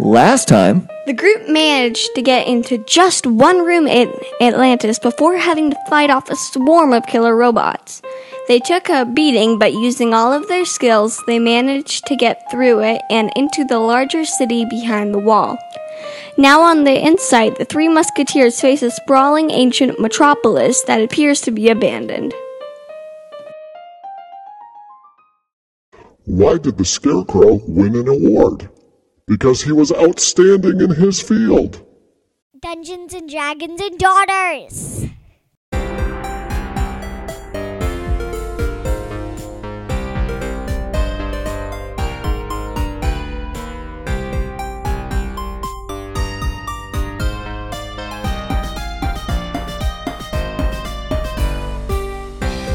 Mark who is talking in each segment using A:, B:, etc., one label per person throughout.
A: Last time,
B: The group managed to get into just one room in Atlantis before having to fight off a swarm of killer robots. They took a beating, but using all of their skills, they managed to get through it and into the larger city behind the wall. Now on the inside, the three musketeers face a sprawling ancient metropolis that appears to be abandoned.
C: Why did the Scarecrow win an award? Because he was outstanding in his field.
D: Dungeons and Dragons and Daughters.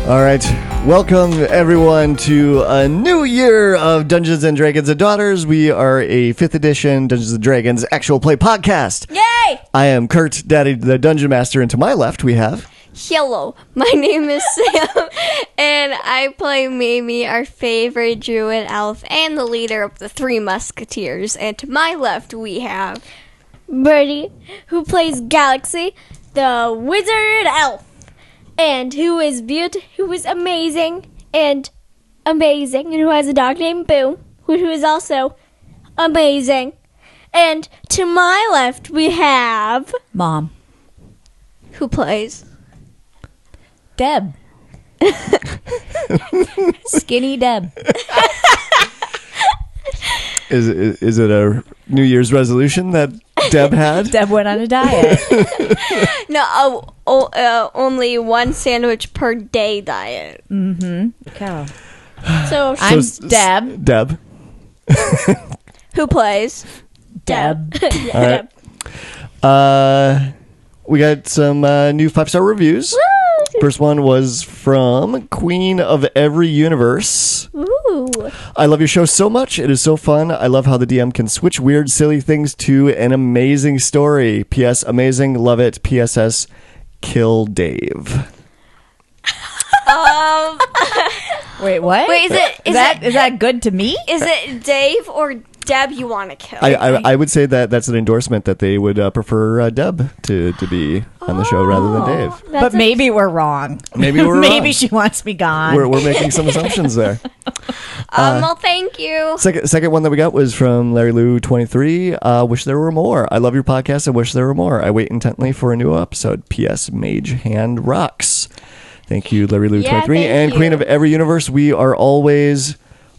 A: All right. Welcome, everyone, to a new year of Dungeons and Dragons and Daughters. We are a fifth edition Dungeons and Dragons actual play podcast.
B: Yay!
A: I am Kurt, Daddy the Dungeon Master, and to my left we have.
B: Hello, my name is Sam, and I play Mimi, our favorite druid elf, and the leader of the Three Musketeers. And to my left, we have.
E: Birdie, who plays Galaxy, the wizard elf, and who is beaut, who is amazing and amazing, and who has a dog named Boo, who who is also amazing. And to my left, we have
F: Mom.
B: Who plays?
F: Deb. Skinny Deb.
A: Is, is, is it a New Year's resolution that Deb had?
F: Deb went on a diet.
B: No, oh, oh, uh, only one sandwich per day diet.
F: Cow.
E: so
F: I'm
A: s- s-
F: Deb.
A: Deb.
B: Who plays?
F: Deb.
A: Uh, we got some uh, new five star reviews. First one was from Queen of Every Universe.
E: ooh,
A: I love your show so much. It is so fun. I love how the DM can switch weird, silly things to an amazing story. P.S. Amazing. Love it. P.S.S. Kill Dave.
B: Um,
F: Wait, what?
B: wait, is it is
F: that
B: it
F: is that good to me?
B: is it Dave or Deb you want to kill?
A: I, I, I would say that that's an endorsement that they would uh, prefer uh, Deb to, to be on the show rather than Dave.
F: but maybe we're wrong.
A: Maybe we're
F: maybe
A: wrong.
F: she wants me gone.
A: We're, we're making some assumptions there.
B: um, well, thank you.
A: Second, second one that we got was from Larry Lou twenty three. Uh, wish there were more. I love your podcast. I wish there were more. I wait intently for a new episode. P.S. Mage Hand rocks. Thank you, Larry Lou twenty three, and Queen of Every Universe. We are always,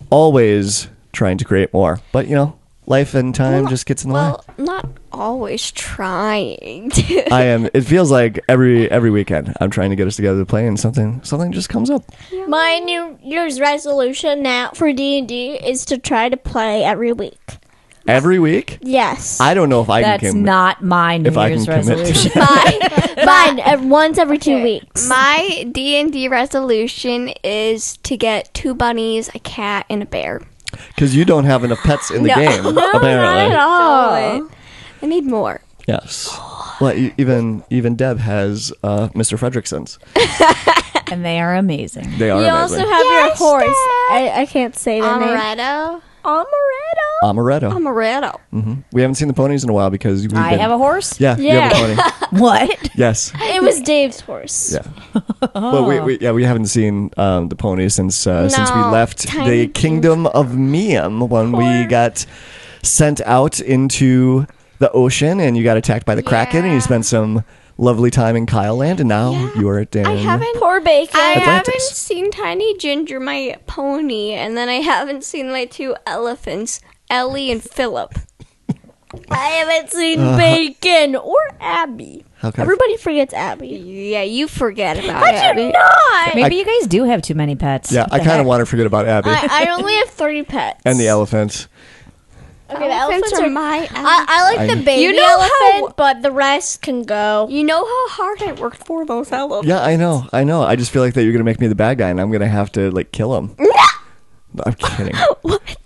A: always trying to create more, but you know, life and time just gets in the way.
B: Well, not always trying to.
A: I am. It feels like every every weekend I'm trying to get us together to play, and something something just comes up.
E: my New Year's resolution now for D and D is to try to play every week.
A: Every week,
E: Yes,
A: I don't know if I
F: That's
A: can. commit-
F: not my New
A: if I
F: Year's
A: can commit to
F: resolution.
E: mine ev- Uh, once every two weeks.
B: My D and D resolution is to get two bunnies, a cat, and a bear.
A: because you don't have enough pets in the game. apparently.
B: Oh, I need more.
A: Yes. Well, e- even even Deb has uh, Mr. Fredrickson's.
F: and they are amazing.
A: They are
E: You
A: amazing.
E: also have your horse. I, I can't say the name.
B: Amaretto,
A: Amaretto.
E: Amaretto.
A: Mm-hmm.
B: amaretto.
A: we haven't seen the ponies in a while because we've
F: I
A: been-
F: have a horse.
A: Yeah, you have a pony.
F: What?
A: yes.
E: It was Dave's horse.
A: Yeah. Well, we, we yeah we haven't seen um, the ponies since uh, since we
B: Oh. No,
A: left the
B: tiny
A: kingdom of Miam when we got sent out into the ocean and you got attacked by the kraken and you
B: Yeah.
A: spent some lovely time in Kyle Land and now you are at.
B: I haven't.
E: Poor Bacon.
B: I haven't
A: Atlantis.
B: seen Tiny Ginger, my pony, and then I haven't seen my two elephants, Ellie and Philip.
E: I haven't seen Bacon or Abby.
A: How come?
E: Everybody forgets Abby.
B: Yeah, you forget about it.
E: Not.
F: Maybe you guys do have too many pets.
A: Yeah,
F: What
A: I
F: the
A: kind of
F: heck?
A: want to forget about Abby
B: Uh,
E: I, I only have three pets.
A: and the elephant.
E: Okay, the
B: Elephants are my.
E: I, I like the baby
B: You know
E: elephant,
B: how-
E: but the rest can go.
B: you know how hard I worked for those elephants.
A: Yeah, I know. I know. I just feel like that you're gonna make me the bad guy, and I'm gonna have to like kill him. I'm kidding.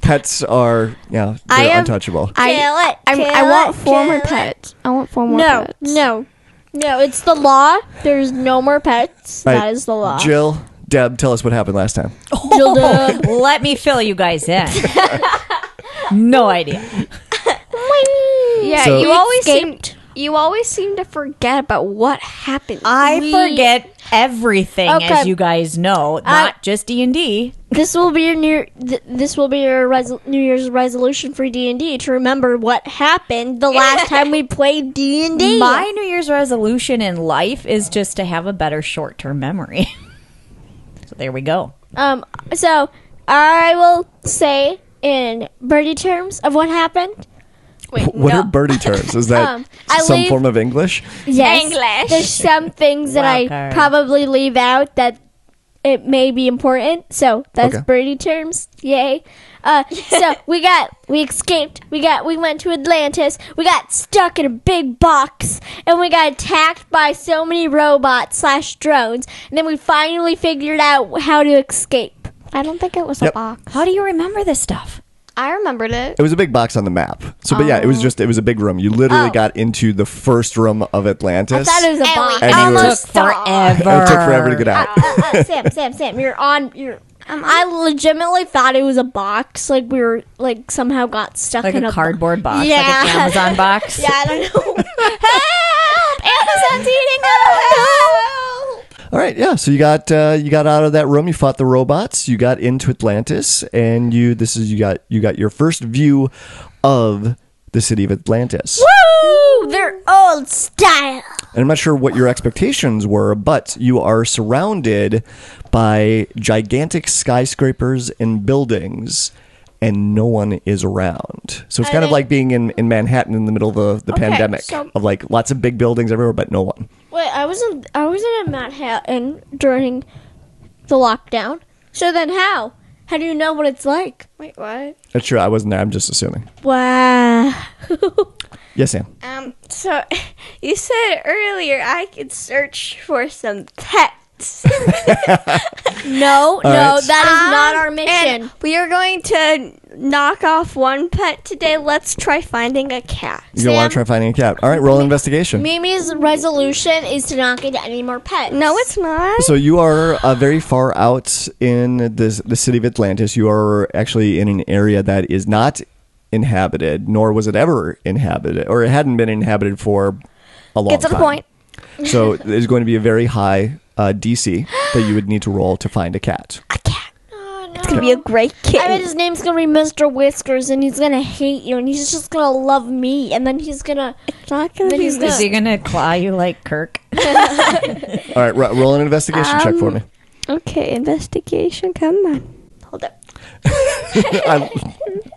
A: Pets are yeah,
B: I
A: they're
B: am-
A: untouchable.
B: I,
E: Kill it,
B: I, I
E: kill
B: want
E: it,
B: four
E: kill
B: more
E: it.
B: pets. I want four more
E: No,
B: pets.
E: no, no. It's the law. There's no more pets.
A: Right.
E: That is the law.
A: Jill, Deb, tell us what happened last time.
F: Let me fill you guys in. no idea.
B: Yeah,
A: So-
B: you always seem,
E: escaped.
B: you always seem to forget about what happened.
F: I
E: We-
F: forget everything,
E: Okay.
F: as you guys know. Not just D and D.
E: This will be your new. Th- this will be your resol- New Year's resolution for D and D to remember what happened the last time we played D and D.
F: My New Year's resolution in life is just to have a better short-term memory. so there we go.
E: Um. So I will say in birdie terms of what happened.
B: Wait,
A: What
B: no.
A: are birdie terms? Is that
E: Um, I
A: some
E: leave-
A: form of English?
E: Yes.
B: English.
E: There's some things that I
F: Wild card.
E: probably leave out that it may be important. So that's
A: Okay.
E: birdie terms. Yay. Uh, so we got we escaped. We got we went to Atlantis. We got stuck in a big box, and we got attacked by so many robots slash drones. And then we finally figured out how to escape. I don't think it was
A: Yep.
E: a box.
F: How do you remember this stuff?
B: I remembered it.
A: It was a big box on the map. So, but yeah, it
E: Oh.
A: was just it was a big room. You literally got into the first room of
E: I
A: Atlantis.
E: thought it was a
B: And we
E: box.
A: and you were-
F: Took forever.
A: It took forever to get out.
E: uh, uh, Sam, Sam, Sam, you're on. You're. I legitimately thought it was a box. Like we were like somehow got stuck
F: Like
E: in
F: a
E: bo-
F: cardboard box,
E: Yeah.
F: like an Amazon box.
E: Yeah, I don't know. Help! Amazon's eating us.
A: All right, yeah. So you got uh, you got out of that room. You fought the robots. You got into Atlantis, and you this is you got you got your first view of the city of Atlantis.
E: Ooh, they're old style.
A: And I'm not sure what your expectations were, but you are surrounded by gigantic skyscrapers and buildings, and no one is around. So it's kind of like being in, in Manhattan in the middle of the, the pandemic
E: so-
A: of like lots of big buildings everywhere, but no one.
E: Wait, I wasn't. I wasn't in Manhattan during the lockdown. So then, how? How do you know what it's like?
B: Wait, what?
A: That's true. I wasn't there. I'm just assuming.
E: Wow.
A: Yes, Sam.
B: Um, so you said earlier I could search for some pets.
E: no, no,
A: right.
E: that is not our
B: Um,
E: mission.
B: and we are going to knock off one pet today. Let's try finding a cat.
A: You don't want to try finding a cat. All right, roll investigation.
E: Mimi's resolution is to not get any more pets.
B: No, it's not.
A: So you are uh, very far out in the the city of Atlantis. You are actually in an area that is not inhabited, nor was it ever inhabited, or it hadn't been inhabited for a long time.
B: Get to the point.
A: So there's going to be a very high uh, DC that you would need to roll to find a cat.
B: It's gonna be a great kitten.
E: I bet his name's gonna be Mr. Whiskers, and he's gonna hate you, and he's just gonna love me, and then he's gonna.
B: it's not gonna
E: Then
B: be.
E: he's
B: good.
E: gonna.
F: Is he gonna claw you like Kirk?
A: All right, ro- roll an investigation check
B: Um,
A: for me.
B: Okay, investigation. Come on. Hold up.
A: I,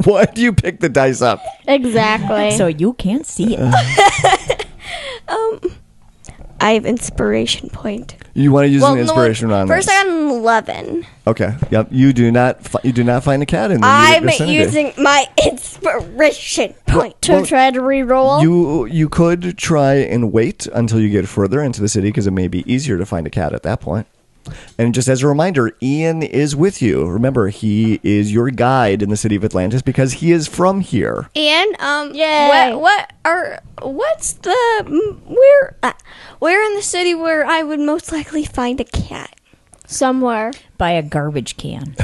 A: why do you pick the dice up?
E: Exactly.
F: So you can't see it.
B: I have inspiration point.
A: You want to use
B: Well,
A: an
B: no,
A: inspiration on
B: First,
A: this.
B: I got an eleven.
A: okay. Yep. You do not. Fi- you do not find a cat in the immediate
B: I'm
A: vicinity.
B: using my inspiration point.
E: to try to re-roll.
A: You you could try and wait until you get further into the city because it may be easier to find a cat at that point. And just as a reminder, Ian is with you. Remember, he is your guide in the city of Atlantis because he is from here.
B: And um,
E: Yay.
B: what what are what's the mm, where uh, where in the city where I would most likely find a cat?
E: Somewhere.
F: By a garbage can.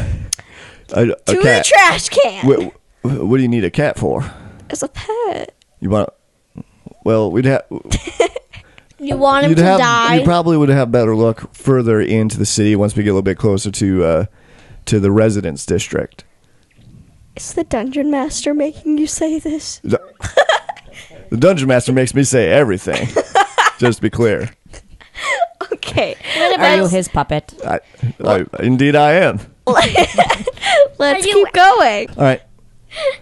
A: A, a
B: To the
A: cat.
B: trash can.
A: Wh- wh- what do you need a cat for?
B: As a pet.
A: You want? Well, we'd have
E: You want him
A: you'd
E: to
A: have
E: die.
A: you probably would have better look further into the city once we get a little bit closer to uh, to the residence district.
B: Is the dungeon master making you say this?
A: The, the dungeon master makes me say everything. just to be clear,
B: Okay.
F: Are you his puppet?
A: I, I, indeed I am.
B: Let's keep going.
A: All right.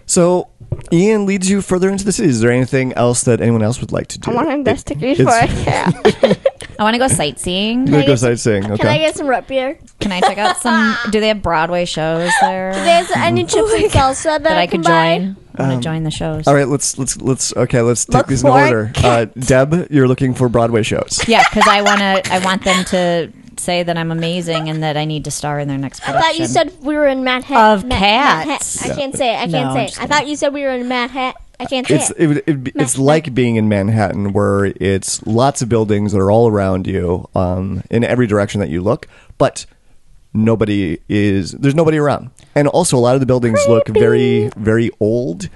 A: So Ian leads you further into the city. Is there anything else that anyone else would like to do?
B: I want to investigate for a
A: it's-
B: cat.
F: I want to go sightseeing.
A: Gonna go sightseeing.
E: Can I
A: Okay.
E: get some root beer?
F: Can I check out some? Do they have Broadway shows there
E: There's
A: Oh
E: any chips and salsa that,
F: that I
E: can
F: could
E: buy?
F: join? I want to join the shows.
A: Um, All right. Let's let's let's. Okay. Let's take
B: Look
A: these in
B: for a
A: order. Uh, Deb, you're looking for Broadway shows.
F: Yeah, because I want to. I want them to say that I'm amazing and that I need to star in their next
E: I
F: production.
E: thought you said we were in Manhattan.
F: Of
E: Ma-
F: cats.
E: Manhattan. I can't say it. I can't
F: No,
E: say
F: I'm
E: it.
F: just
E: I thought you said we were in Manhattan. I can't say
A: It's
E: it.
A: it, would- it'd be- it's like being in Manhattan, where it's lots of buildings that are all around you, um, in every direction that you look, but nobody is there's nobody around, and also a lot of the buildings look very very old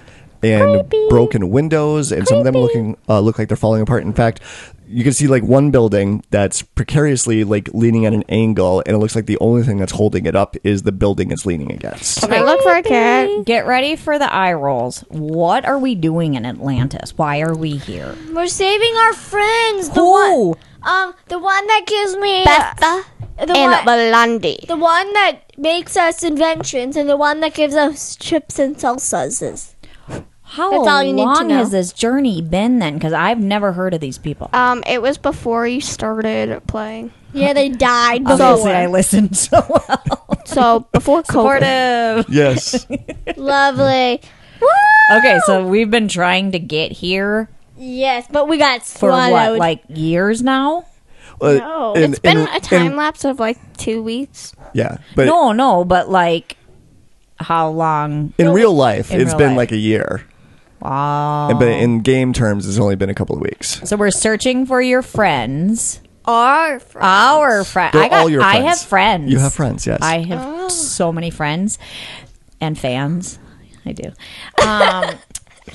A: and broken windows, and some of them looking uh, look like they're falling apart. In fact, you can see like one building that's precariously like leaning at an angle, and it looks like the only thing that's holding it up is the building it's leaning against.
B: I look for a cat.
F: Get ready for the eye rolls. What are we doing in Atlantis? Why are we here?
D: We're saving our friends. The one,
F: Who?
D: um, the one that gives me uh,
B: Betha
D: the
B: and
D: one,
B: Blondie.
D: the one that makes us inventions, and the one that gives us chips and salsas.
F: How
B: That's all you need to
F: long
B: know.
F: has this journey been then? Because I've never heard of these people.
G: Oh.
B: Um, it was before you started playing.
D: Yeah, they died.
F: Obviously, I listened so well.
B: So before COVID,
F: Supportive.
A: Yes.
D: Lovely.
F: Okay, so we've been trying to get here
D: Yes, but we got
F: for what,
D: swallowed.
F: like years now?
A: Uh,
D: No.
A: and-
B: it's been
A: and-
B: a time
A: and-
B: lapse of like two weeks.
A: yeah, but
F: No, no, but like how long?
A: in real life,
F: In
A: it's
F: real
A: been
F: life. Oh.
A: like a year,
F: Wow.
A: and but in game terms, it's only been a couple of weeks.
F: So we're searching for your friends.
B: Our friend.
F: Our friend.
A: They're
F: I got.
A: all your
F: I
A: friends.
F: have friends.
A: You have friends, yes.
F: I have so many friends and fans. I do. Um,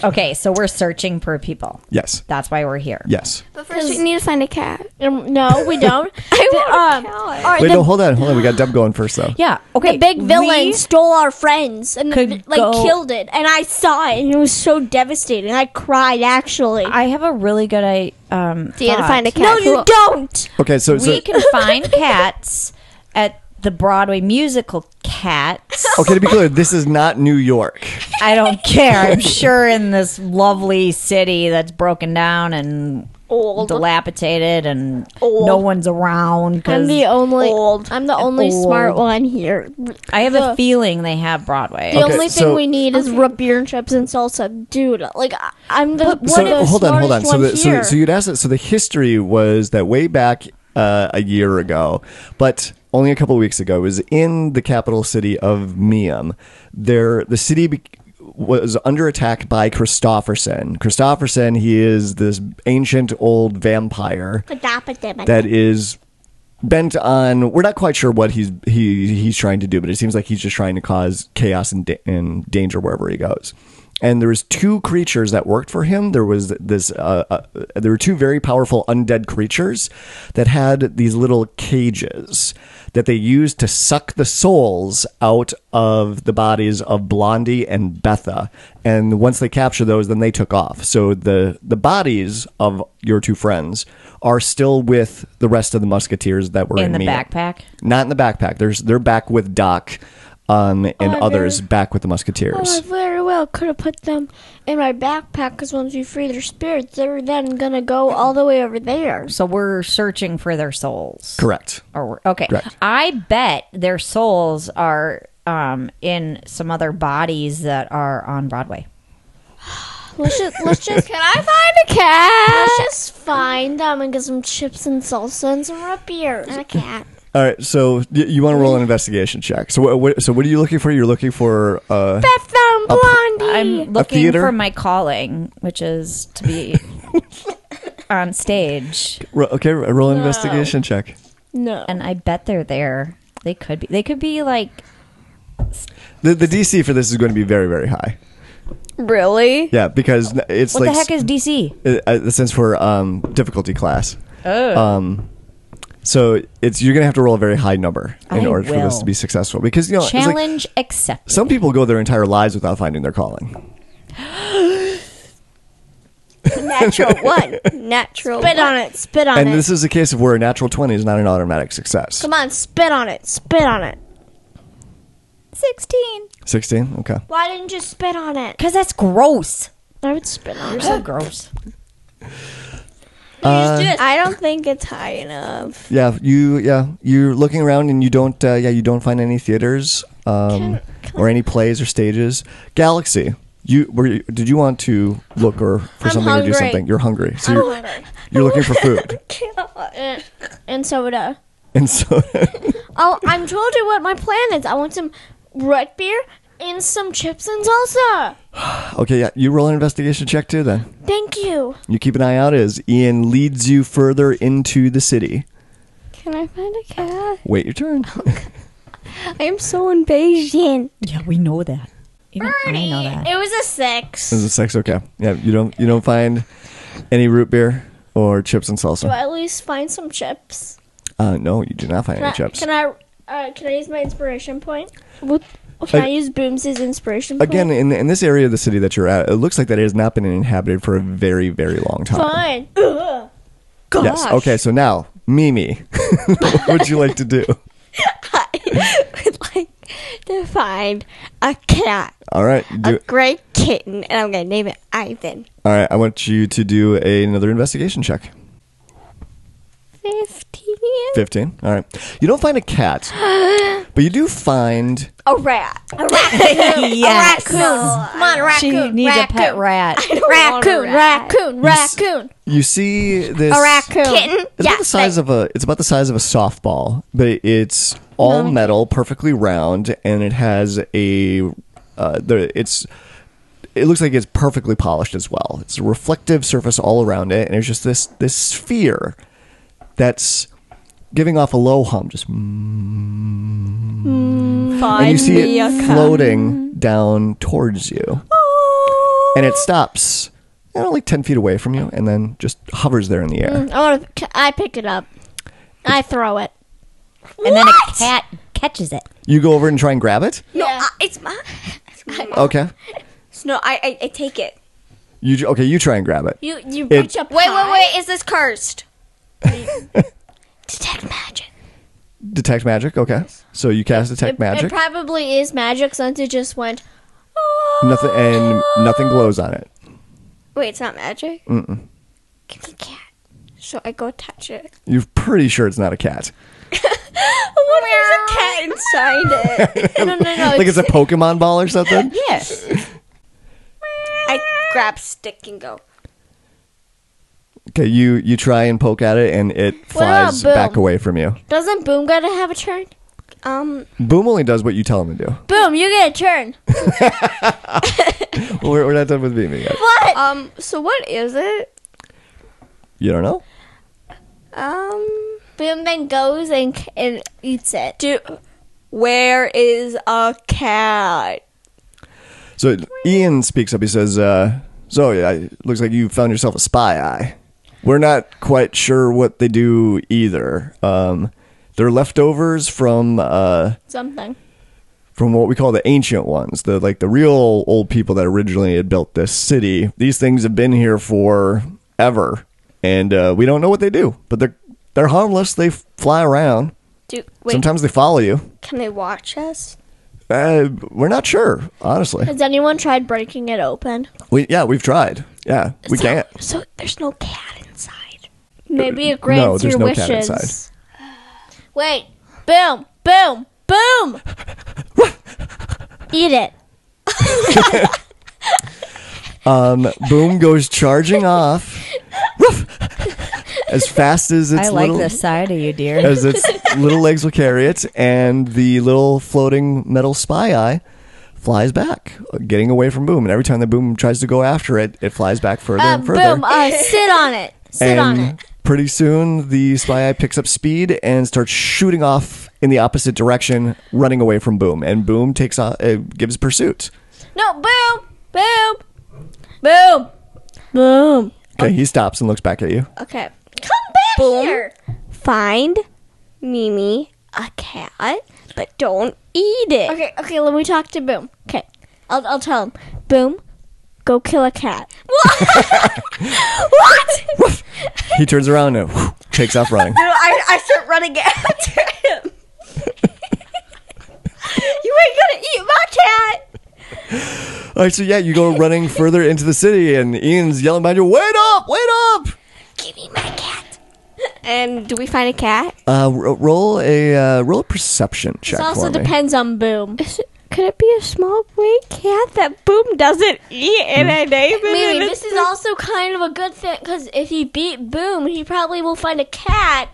F: okay, so we're searching for people.
A: yes,
F: That's why we're here.
A: yes.
B: But first, we need to find a cat.
D: Um, no, we don't.
B: I
E: um,
D: want a Or
A: Wait,
D: the,
A: no, hold on, hold on. We got Deb going first though.
F: Yeah. Okay.
D: the big
F: we-
D: villain stole our friends and
F: could
D: like
F: go-
D: killed it, and I saw it, and it was so devastating. I cried actually.
F: I have a really good I um
B: Do you have to
F: thought.
B: find a cat?
D: no, you
B: Who-
D: don't.
A: Okay, so, so
F: We can find cats at the Broadway musical Cats.
A: okay to be clear, this is not New York.
F: I don't care. I'm sure in this lovely city that's broken down and
D: Old.
F: dilapidated and no one's around because
D: only old. I'm the only
F: Old.
D: smart one here. The
F: I have a feeling they have Broadway.
A: Okay,
D: only thing
A: so-
D: we need is root beer and chips and salsa, dude. Like I- I'm the one of
A: so
D: the
A: hold on, hold on.
D: smartest
A: So,
D: one
A: the, so,
D: here.
A: so you'd ask that. So the history was that way back uh, a year ago, but only a couple of weeks ago, it was in the capital city of Miam. There, the city. Be- was under attack by Christofferson. Christofferson, he is this ancient old vampire that is bent on we're not quite sure what he's he he's trying to do but it seems like he's just trying to cause chaos and, da- and danger wherever he goes and there was two creatures that worked for him there was this uh, uh, there were two very powerful undead creatures that had these little cages that they used to suck the souls out of the bodies of Blondie and Betha and once they capture those then they took off so the the bodies of your two friends are still with the rest of the musketeers that were in,
F: in the
A: Mia.
F: backpack.
A: Not in the backpack. There's they're back with Doc, um, and others back with the
D: I
A: musketeers.
D: very well could have put them in my backpack because once we free their spirits, they're then gonna go all the way over there.
F: So we're searching for their souls.
A: Correct.
F: Or we're- okay.
A: Correct.
F: I bet their souls are um, in some other bodies that are on Broadway.
D: Let's just let's just can I find a cat? Let's just find them and get some chips and salsa and some root beer and a cat.
A: All right. So y- you want to roll an investigation check. So what, what? So what are you looking for? You're looking for. Uh,
D: Found Blondie.
F: I'm looking
A: theater?
F: for my calling, which is to be on stage.
A: ro- okay. Roll an investigation check.
D: no.
F: and I bet they're there. They could be. They could be like
A: The, the DC for this is going to be very very high.
B: Really?
A: Yeah, because n- it's
F: what
A: like
F: the heck is DC?
A: is- uh, uh, since we're um, difficulty class.
F: Oh.
A: Um, so it's you're gonna have to roll a very high number in
F: I
A: order for this
F: will.
A: to be successful because you know it's like,
F: Challenge accepted.
A: some people go their entire lives without finding their calling.
B: Natural one. Natural.
D: Spit
B: one.
D: on it. Spit on
A: And
D: it.
A: this is a case of where a natural 20 is not an automatic success.
D: Come on, spit on it. Spit on it.
F: 16.
A: 16? Okay.
D: Why didn't you spit on it?
F: Because that's gross.
D: I would spit on it.
F: So gross.
A: Uh,
B: I don't think it's high enough.
A: Yeah, you yeah, you're looking around and you don't uh, yeah, you don't find any theaters um, or any plays or stages. Galaxy. You were you, did you want to look or for something or do
D: hungry.
A: something? You're hungry. So you're, you're looking for food.
D: And soda.
A: And so
D: Oh, I'm told you what my plan is. I want some root beer and some chips and salsa.
A: okay, yeah, you roll an investigation check too then.
D: Thank you.
A: You keep an eye out as Ian leads you further into the city.
B: Can I find a cat?
A: Wait your turn.
B: I am so impatient.
F: Yeah, we know that. You don't- I know that.
D: It was a six.
A: Is it sex? Okay. Yeah. You don't you don't find any root beer or chips and
D: Do
A: salsa.
D: I at least find some chips?
A: Uh, no, you do not find any
D: Can I,
A: chips.
D: can I? Uh, can I use my inspiration point? With, can I,
A: I-
D: use Booms' inspiration point?
A: Again, in in this area of the city that you're at, it looks like that it has not been inhabited for a very very long time.
D: Fine. Ugh.
A: Yes. Okay. So now, Mimi, what would you like to do?
B: would like to find a cat,
A: All right. Do,
B: a gray kitten, and I'm gonna name it Ivan.
A: all right. I want you to do a, another investigation check.
B: Fifteen.
A: 15. All right. You don't find a cat, but you do find
B: A rat. A
F: Yes.
D: Come on, raccoon.
F: She needs a pet rat.
D: Raccoon, raccoon, raccoon,
A: you see this
D: Kitten.
A: It's about the size of a it's about the size of a softball, but it's all metal, perfectly round, and it has a uh, the it's it looks like it's perfectly polished as well. It's a reflective surface all around it, and there's just this this sphere that's giving off a low hum, just mm. and you see it floating down towards you, and it stops. I don't know, like ten feet away from you, and then just hovers there in the air.
D: I want to. I pick it up. I throw it.
F: And then a cat catches it.
A: You go over and try and grab it.
B: No, uh, it's mine. It's mine.
A: Okay.
B: No, I, I, I take it.
A: You j- okay? You try and grab it.
D: You you
A: It-
D: reach up.
B: Wait,
D: high.
B: wait, wait. Is this cursed?
D: Detect magic.
A: Detect magic. Okay. So you cast detect
D: It
A: magic.
D: probably is magic since it just went. "Oh."
A: nothing and nothing glows on it.
B: Wait, it's not magic. Mm-mm. Give me a cat. So I go touch it.
A: You're pretty sure it's not a cat.
B: What if there's a cat inside it?
D: No, no, no.
A: like it's a Pokemon ball or something.
F: Yes.
B: I grab stick and go.
A: Okay. You you try and poke at it and it
D: about
A: flies back
D: Boom?
A: away from you.
D: Doesn't Boom gotta have a turn?
B: Um,
A: Boom only does what you tell him to do.
D: Boom, you get a turn.
A: We're, we're not done with beaming yet.
B: um. So what is it?
A: You don't know.
B: Um.
D: Boom then goes and c- and eats it.
B: Do. Where is a cat?
A: So Ian speaks up. He says, uh, "So yeah, it looks like you found yourself a spy eye. We're not quite sure what they do either. Um, they're leftovers from uh,
D: Something.
A: from what we call the ancient ones, the like the real old people that originally had built this city. These things have been here for ever, and uh, we don't know what they do, but they're they're harmless. They f- fly around.
B: Do wait.
A: Sometimes they follow you.
B: Can they watch us?
A: Uh, we're not sure, honestly.
D: Has anyone tried breaking it open?
A: We yeah, we've tried. Yeah, we can't.
B: So there's no cat inside.
D: Maybe it grants
A: No, there's
D: your
A: no
D: wishes.
A: cat inside.
D: Wait. Boom, boom, boom. Eat it.
A: Um, boom goes charging off Woof! as fast as its
F: I like
A: little
F: the side of you, dear.
A: as its little legs will carry it, and the little floating metal spy eye flies back, getting away from Boom. And every time that Boom tries to go after it, it flies back further
D: Uh,
A: and further.
D: boom, uh, sit on it. Sit
A: and
D: on it.
A: pretty soon, the spy eye picks up speed and starts shooting off in the opposite direction, running away from Boom. And Boom takes off, uh, gives pursuit.
D: No, boom, boom, boom, boom.
A: Okay, he stops and looks back at you.
B: Okay.
D: Come back
B: Boom.
D: here.
B: Find Mimi a cat, but don't eat it.
D: Okay, okay, let me talk to Boom. Okay, I'll, I'll tell him. Boom, go kill a cat.
A: He turns around and whew, takes off running.
B: No, I, I start running after him. you ain't gonna eat my cat.
A: All right, so yeah, you go running further into the city, and Ian's yelling behind you, "Wait up! Wait up!"
B: Give me my cat. And do we find a cat?
A: Uh, ro- roll a uh, roll a perception check
D: It also
A: for me.
D: depends on Boom.
B: Could it be a small gray cat that Boom doesn't eat and I name it?
D: Maybe this is also kind of a good thing because if he beat Boom, he probably will find a cat,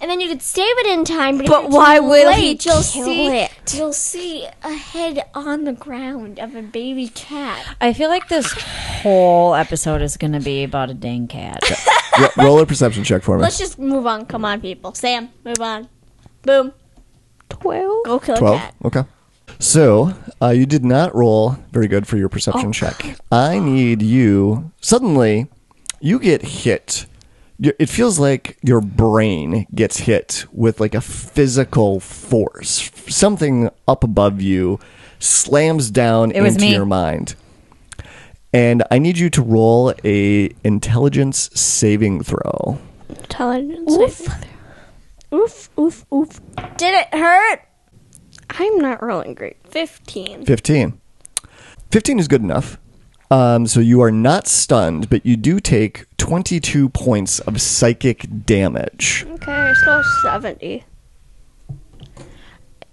D: and then you could save it in time. But, if
B: But
D: it's
B: why will he
D: late, you'll
B: kill
D: see,
B: it?
D: You'll see a head on the ground of a baby cat.
F: I feel like this whole episode is going to be about a dang cat.
A: Ro- roll a perception check for me.
D: Let's just move on. Come on, people. Sam, move on. Boom,
B: twelve.
D: go kill a
A: Twelve.
D: cat.
A: Okay. So uh, you did not roll very good for your
F: Oh.
A: perception check. I need you. Suddenly, you get hit. Y- It feels like your brain gets hit with like a physical force. Something up above you slams down
F: was
A: into
F: me.
A: your mind. And I need you to roll a intelligence saving throw.
B: Intelligence. Oof.
D: Oof, oof, oof. Did it hurt?
B: I'm not rolling great. 15.
A: 15. 15 is good enough. Um, so you are not stunned, but you do take 22 points of psychic damage.
B: Okay, I still 70.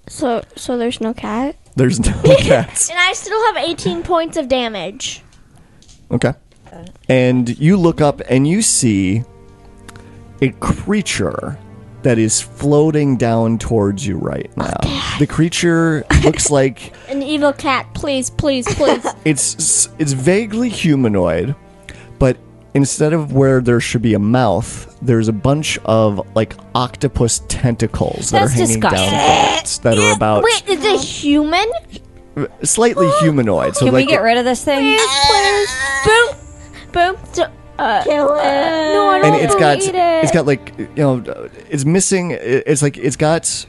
B: So, so there's no cat?
A: There's no cats.
D: And I still have 18 points of damage.
A: Okay. And you look up and you see a creature that is floating down towards you
D: Oh,
A: right now. the creature looks like
D: An evil cat, please, please, please.
A: it's it's vaguely humanoid, but instead of where there should be a mouth, there's a bunch of like octopus tentacles that
F: That's
A: are hanging
F: disgusting.
A: down from its- that are about
D: Wait, is it human?
A: slightly humanoid. So
F: Can
A: like
F: we get rid of this thing?
D: Boom, boom. So, uh, Kill it. No, I don't
A: and it's got
D: eat it.
A: it's got like you know it's missing it's like it's got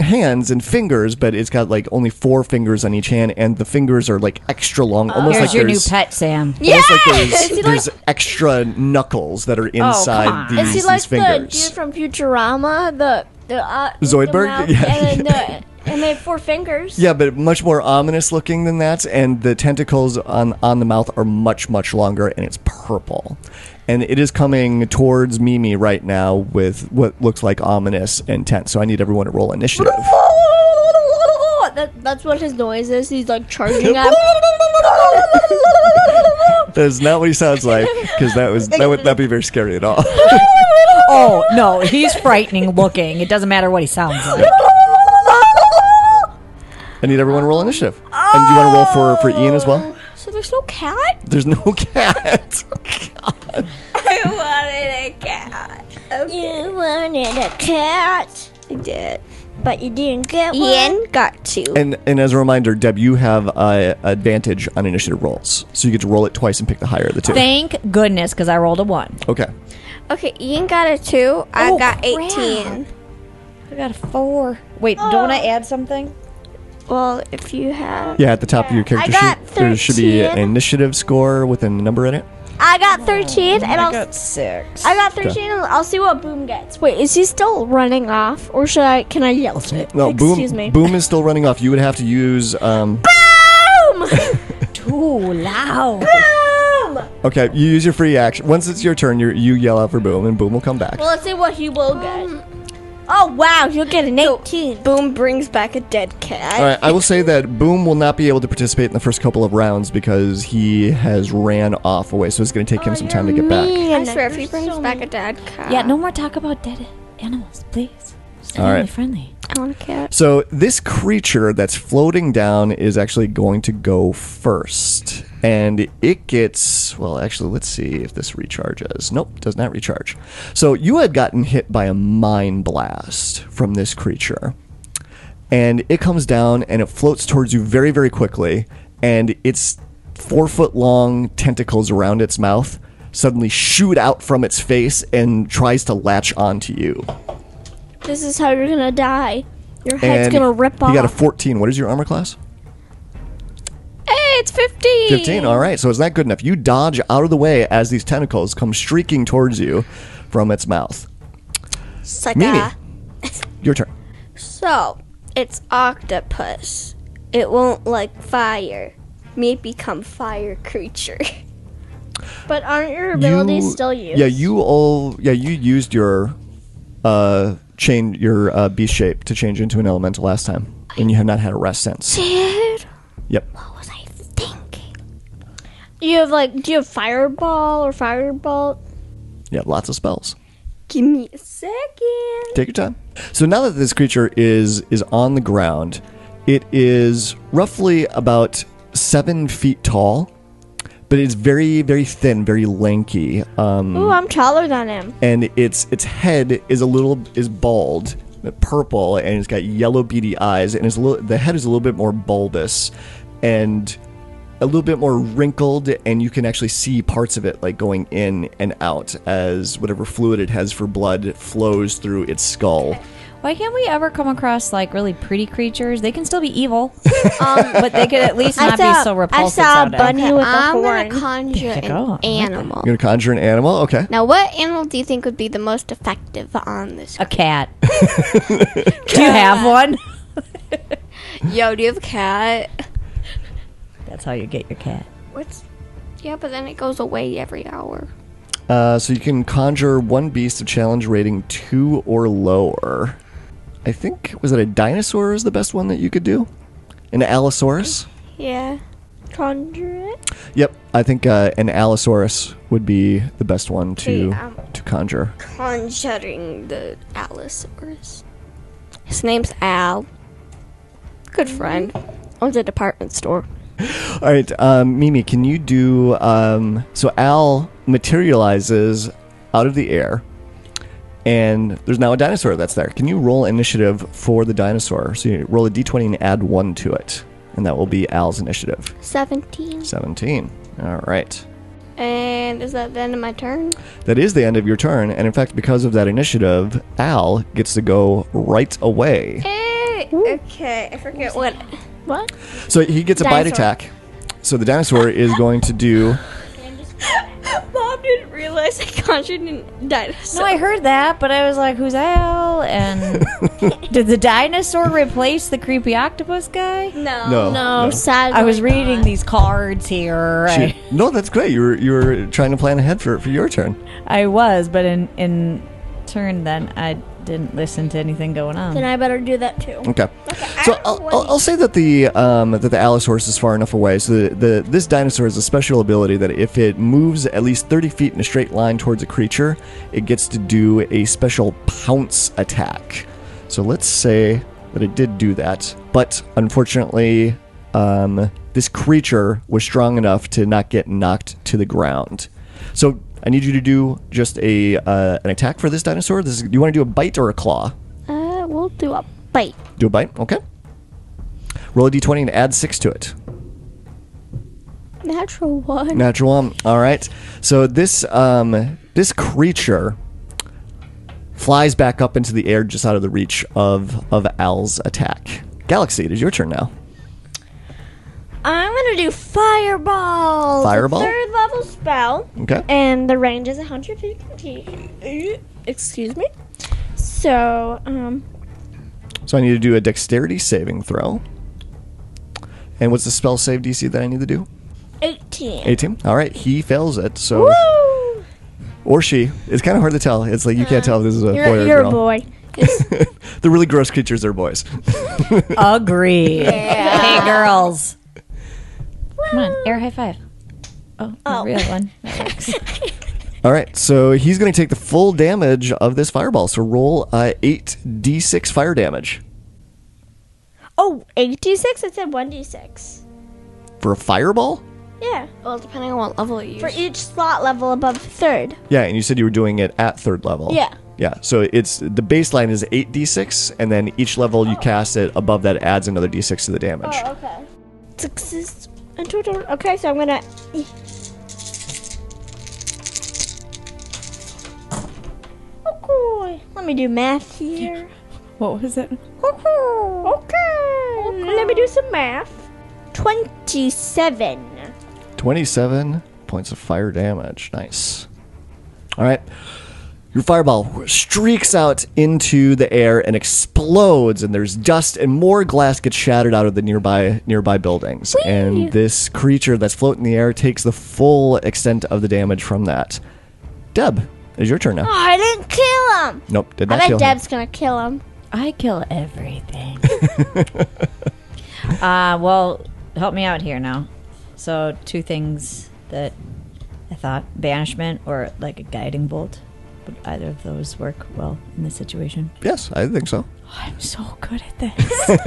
A: hands and fingers but it's got like only four fingers on each hand and the fingers are like extra long almost
F: Here's
A: like
F: your new
A: there's
F: pet, Sam.
A: almost like there's, there's extra knuckles that are inside
F: on.
A: these,
D: Oh, Is he like
A: these fingers
D: the dude from Futurama? The the uh, with the
A: Zoidberg?
D: mouth
A: Yeah.
D: And, then the, and they have four fingers.
A: Yeah, but much more ominous looking than that, and the tentacles on on the mouth are much much longer, and it's purple, and it is coming towards Mimi right now with what looks like ominous intent. So I need everyone to roll initiative.
D: That, that's what his noise is. He's like charging up.
A: That is not what he sounds like, because that was that would not be very scary at all.
F: Oh no, he's frightening looking. It doesn't matter what he sounds like.
A: I need everyone to roll initiative, and do you want to roll for for Ian as well?
D: Oh. so there's no cat.
A: There's no cat.
D: You wanted a cat. You did, but you didn't get one.
B: Ian got two.
A: and and as a reminder, Deb, you have uh, advantage on initiative rolls, so you get to roll it twice and pick the higher of the two.
F: Thank goodness, because I rolled a one.
A: okay.
B: Okay, Ian got a two. I got 18.
F: I got a four. Wait, don't I add something?
B: Well, if you have.
A: Yeah, at the top of your character
D: I got
A: sheet, there should be an
D: 13.
A: initiative score with a number in it.
D: Oh, I got 13, and I'll.
F: six.
D: I got 13, and I'll see what Boom gets. Wait, is he still running off, or should I? Can I yell to it?
A: No,
D: Excuse
A: boom.
D: me.
A: Boom is still running off. You would have to use. Um,
F: Too loud.
A: okay, you use your free action. Once it's your turn, you you yell out for boom, and boom will come back.
D: Well, let's see what he will get. Oh wow, he'll get an 18.
B: Boom brings back a dead cat.
A: All right, I will say that Boom will not be able to participate in the first couple of rounds because he has ran off away, so it's going to take him some time to get back.
B: I swear, if he brings back a dead cat.
F: Ah, Yeah, no more talk about dead animals, please. Just
A: All
F: animally
A: right.
F: friendly.
B: I want a cat.
A: So this creature that's floating down is actually going to go first, and it gets well. Actually, let's see if this recharges. Nope, does not recharge. So you had gotten hit by a mind blast from this creature, and it comes down and it floats towards you very, very quickly, and its four foot long tentacles around its mouth suddenly shoot out from its face and tries to latch onto you.
D: This is how you're gonna die. Your head's
A: And
D: gonna rip
A: You
D: off.
A: got a 14. What is your armor class?
D: hey, it's 15.
A: 15. All right. So it's not good enough. You dodge out of the way as these tentacles come streaking towards you from its mouth.
B: Sucker.
A: Mimi, your turn.
B: So, it's octopus. It won't like fire. May become fire creature.
D: But aren't your abilities
A: You-
D: still used?
A: Yeah, you all. Yeah, you used your uh change your uh, beast shape to change into an elemental last time, and you have not had a rest since.
D: Dude,
A: Yep.
D: what was I thinking? You have like, do you have fireball or firebolt?
A: You have lots of spells.
B: Give me a second.
A: Take your time. So now that this creature is is on the ground, it is roughly about seven feet tall, but it's very very thin, very lanky, um,
D: Ooh, I'm taller than him.
A: and its its head is a little is bald. purple and it's got yellow beady eyes and is a little, the head is a little bit more bulbous and a little bit more wrinkled and you can actually see parts of it like going in and out as whatever fluid it has for blood flows through its skull.
F: Why can't we ever come across like really pretty creatures? They can still be evil, um, but they could at least not be so repulsive.
D: I saw a
F: sounding.
D: bunny with a
B: I'm
D: horn.
B: going to conjure
F: Pick it
B: an
F: up. I like
B: animal.
A: You're gonna conjure an animal? Okay.
B: Now, what animal do you think would be the most effective on this?
F: A cat. Do you have one?
B: Yo, do you have a cat?
F: That's how you get your cat.
B: What's? Yeah, but then it goes away every hour.
A: Uh, so you can conjure one beast of challenge rating two or lower. I think was it a dinosaur is the best one that you could do? An Allosaurus?
B: Yeah.
D: Conjure it.
A: Yep, I think uh, an Allosaurus would be the best one to to conjure.
B: Conjuring the Allosaurus. His name's Al. Good friend. Owns a department store.
A: All right, um, Mimi, can you do? Um, so Al materializes out of the air, and there's now a dinosaur that's there. Can you roll initiative for the dinosaur? So you roll a d20 and add one to it, and that will be Al's initiative.
B: 17.
A: 17. All right.
B: And is that the end of my turn?
A: That is the end of your turn, and in fact, because of that initiative, Al gets to go right away.
B: Okay, I forget what.
A: So he gets a bite attack. So the dinosaur is going to do.
B: Mom didn't realize I conjured a dinosaur.
F: No, I heard that, but I was like, "Who's Al?" And did the dinosaur replace the creepy octopus guy?
B: No.
A: No. No.
F: I was reading these cards here.
A: She- no, that's great. You were you were trying to plan ahead for for your turn.
F: I, I was, but in in turn, then I didn't listen to anything going on.
D: Then I better do that too.
A: Okay. So I'll, I'll, I'll say that the um, that the Allosaurus is far enough away. So the, the this dinosaur has a special ability that if it moves at least thirty feet in a straight line towards a creature, it gets to do a special pounce attack. So let's say that it did do that, but unfortunately, um, this creature was strong enough to not get knocked to the ground. So I need you to do just a uh, an attack for this dinosaur. This is, do you want to do a bite or a claw?
D: Uh, we'll do a bite.
A: Do a bite. Okay. Roll a d20 and add six to it.
D: Natural one.
A: Natural one. All right. So this um, this creature flies back up into the air, just out of the reach of of Al's attack. Galaxy, it is your turn now.
D: I'm gonna do fireball. It's a
A: Fireball?
D: Third level spell,
A: Okay.
D: and the range is 150 feet. Excuse me. So, um,
A: So I need to do a dexterity saving throw. And what's the spell save DC that I need to do?
D: 18.
A: 18. All right. He fails it. So or she. It's kind of hard to tell. It's like you can't tell if this is a boy or
D: Uh, You're a
A: girl.
D: boy.
A: The really gross creatures are boys.
F: Agree. Hey, girls. Come on, air high five. Oh, a real one.
A: All right, so he's going to take the full damage of this fireball. So roll uh, eight d6 fire damage
D: Oh, 86? I said 1d6.
A: for a fireball.
D: Yeah.
B: Well, depending on what level you
D: For
B: use.
D: each slot level above third.
A: Yeah, and you said you were doing it at third level.
D: Yeah.
A: Yeah. So it's the baseline is eight d6, and then each level you cast it above that adds another d6 to the damage.
D: okay. Sixes and two total. Okay, so I'm gonna. Oh, cool. Let me do math here.
F: What was it?
D: Okay. okay. Let me do some math. 27.
A: Twenty-seven points of fire damage. Nice. All right. Your fireball streaks out into the air and explodes, and there's dust and more glass gets shattered out of the nearby nearby buildings. And this creature that's floating in the air takes the full extent of the damage from that. Deb, it is your turn now.
D: I didn't kill him.
A: Nope, did
D: I
A: not
D: bet
A: kill him.
D: Deb's gonna kill him.
F: I kill everything. uh, well, help me out here now. So, two things that I thought banishment or like a guiding bolt. Would either of those work well in this situation?
A: Yes, I think so.
F: I'm so good at this.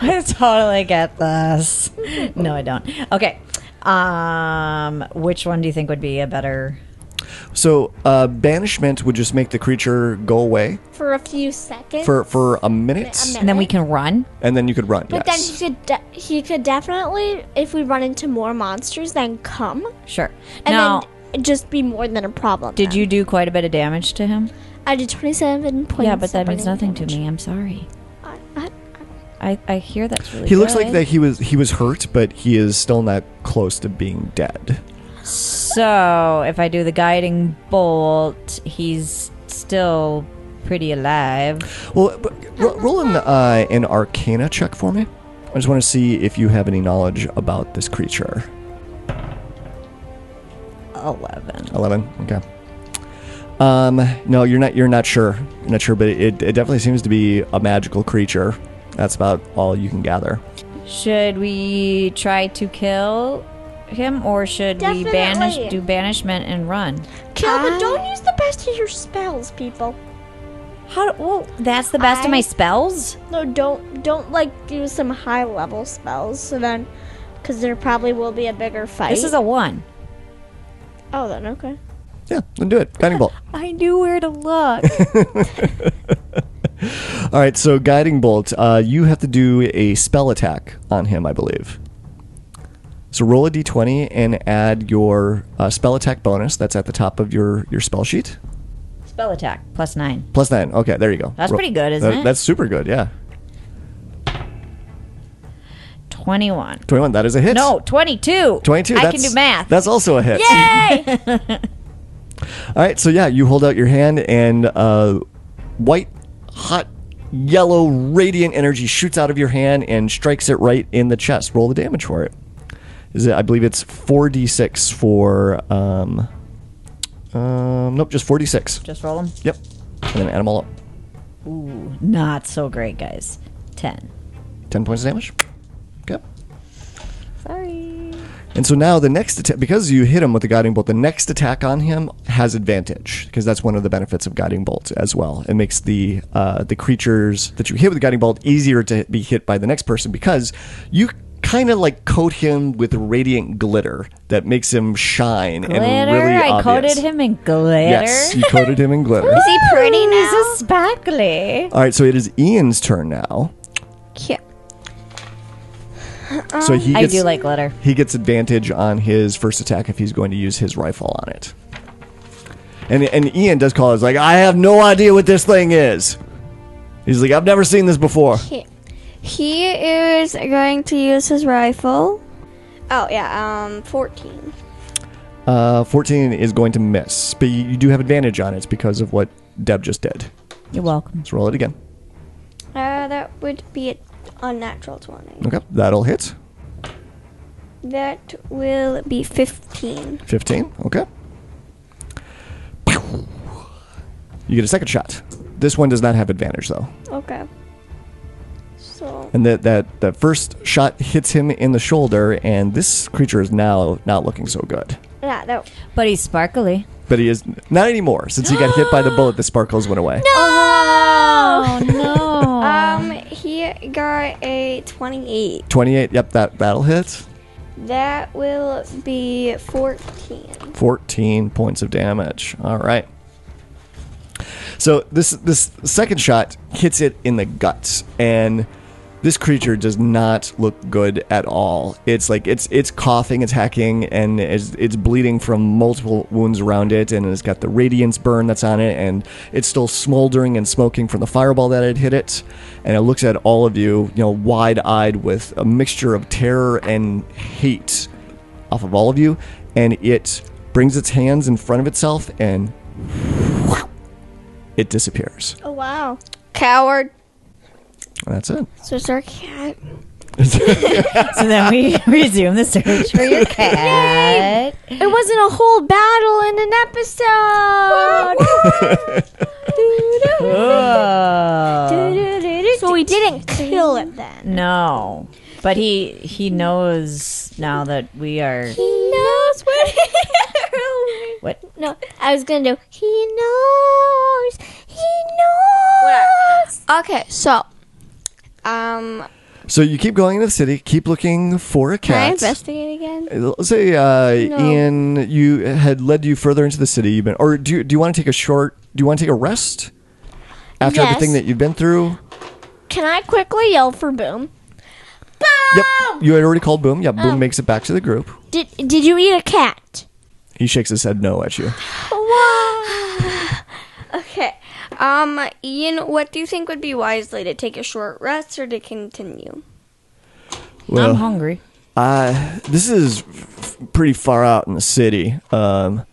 F: I totally get this. No, I don't. Okay. Um, which one do you think would be a better
A: So uh, banishment would just make the creature go away
D: for a few seconds.
A: for for a minute,
F: And then we can run.
A: and then you could run.
D: But
A: yes.
D: then he could de- he could definitely, if we run into more monsters, then come
F: Sure.
D: and
F: now,
D: then it'd just be more than a problem.
F: did
D: then.
F: you do quite a bit of damage to him?
D: I did twenty-seven points.
F: yeah, but that
D: of
F: means
D: burning
F: nothing
D: damage.
F: to me. I'm sorry.
D: I- I-
F: I, I hear that's really
A: he looks like
F: good.
A: that he was he was hurt, but he is still not close to being dead.
F: So, if I do the guiding bolt, he's still pretty alive.
A: Well, but, ro- roll an uh, an Arcana check for me. I just want to see if you have any knowledge about this creature.
F: 11.
A: Eleven. Okay. Um, no, you're not. You're not sure. You're not sure, but it, it definitely seems to be a magical creature. That's about all you can gather.
F: Should we try to kill him or should we
D: Definitely.
F: banish do banishment and run?
D: Kill, but don't use the best of your spells, people.
F: How well, that's the best of my
D: I-
F: spells?
D: No, don't don't like use some high level spells. So then, because there probably will be a bigger fight.
F: This is a 1.
D: oh then okay.
A: Yeah, then do it. Guiding bolt.
F: I knew where to look.
A: All right, so guiding bolt. Uh, you have to do a spell attack on him, I believe. So roll a d20 and add your uh, spell attack bonus. That's at the top of your your spell sheet.
F: Spell attack plus 9.
A: Plus nine. Okay, there you go.
F: That's
A: Ro-
F: pretty good, isn't
A: that-
F: it?
A: That's super good. Yeah,
F: 21.
A: 21. That is a hit.
F: No, 22.
A: 22.
F: I
A: that's,
F: can do math.
A: That's also a hit.
F: Yay!
A: All right, so yeah, you hold out your hand, and uh, white, hot, yellow, radiant energy shoots out of your hand and strikes it right in the chest. Roll the damage for it. Is it? I believe it's four d six for. Um, um, nope, just forty six.
F: Just roll him.
A: Yep, and then add 'em all up.
F: Not so great, guys. 10.
A: Ten points of damage. Okay. Sorry. And so now the next attack, because you hit him with the guiding bolt, the next attack on him has advantage because that's one of the benefits of guiding bolt as well. It makes the uh, the creatures that you hit with the guiding bolt easier to be hit by the next person because you kind of like coat him with radiant glitter that makes him shine and
F: Glitter.
A: really
F: I
A: obvious.
F: coated him in glitter.
A: Yes, you coated him in glitter.
E: Is he pretty now?
F: This is sparkly.
A: All right, so it is Ian's turn now.
B: Yeah.
A: So he
F: Uh, I
A: gets,
F: do like glitter.
A: he gets advantage on his first attack if he's going to use his rifle on it. And and Ian does call. He's like, I have no idea what this thing is. He's like, I've never seen this before.
B: He is going to use his rifle. Oh yeah, um, fourteen.
A: Uh, 14 is going to miss, but you, you do have advantage on it because of what Deb just did.
F: You're welcome.
A: Let's roll it again.
B: Uh, that would be an unnatural twenty.
A: Okay, that'll hit.
B: That will be fifteen.
A: 15. Okay. Pew! You get a second shot. This one does not have advantage though.
B: Okay. So
A: And that that that first shot hits him in the shoulder, and this creature is now not looking so good.
B: yeah, that
F: But he's sparkly.
A: But he is not anymore since he got hit by the bullet. The sparkles went away.
F: Oh no!
B: um he got a twenty-eight.
A: Twenty-eight. Yep, that that'll hit.
B: That will be fourteen.
A: Fourteen points of damage. All right. So this this second shot hits it in the guts, and this creature does not look good at all. It's like it's it's coughing, it's hacking, and it's it's bleeding from multiple wounds around it, and it's got the radiance burn that's on it, and it's still smoldering and smoking from the fireball that had hit it. And it looks at all of you, you know, wide eyed with a mixture of terror and hate off of all of you, and it brings its hands in front of itself and it disappears.
D: Oh wow.
B: Coward.
A: And that's it.
B: So is our cat.
F: so then we resume the search for your cat.
D: It wasn't a whole battle in an episode.
F: Oh.
D: so we didn't kill it then.
F: No, but he he knows now that we are.
D: He knows where to
F: What?
D: No, I was gonna do. He knows. He knows.
B: Okay, so um
A: So you keep going into the city, keep looking for a
B: Can I
A: cat.
B: investigate again?
A: Let's say uh, Ian, you had led you further into the city. You've been, or do you, do you want to take a short? Do you want to take a rest after
D: Yes.
A: everything that you've been through?
D: Can I quickly yell for Boom? Boom!
A: Yep,
B: Um.
A: you had already called Boom. Yep, Boom makes it back to the group.
D: Did Did you eat a cat?
A: He shakes his head no at you.
B: Okay. Um, Ian, what do you think would be wisely to take a short rest or to continue?
F: I'm
A: Well,
F: hungry.
A: uh, this is f- pretty far out in the city. Um,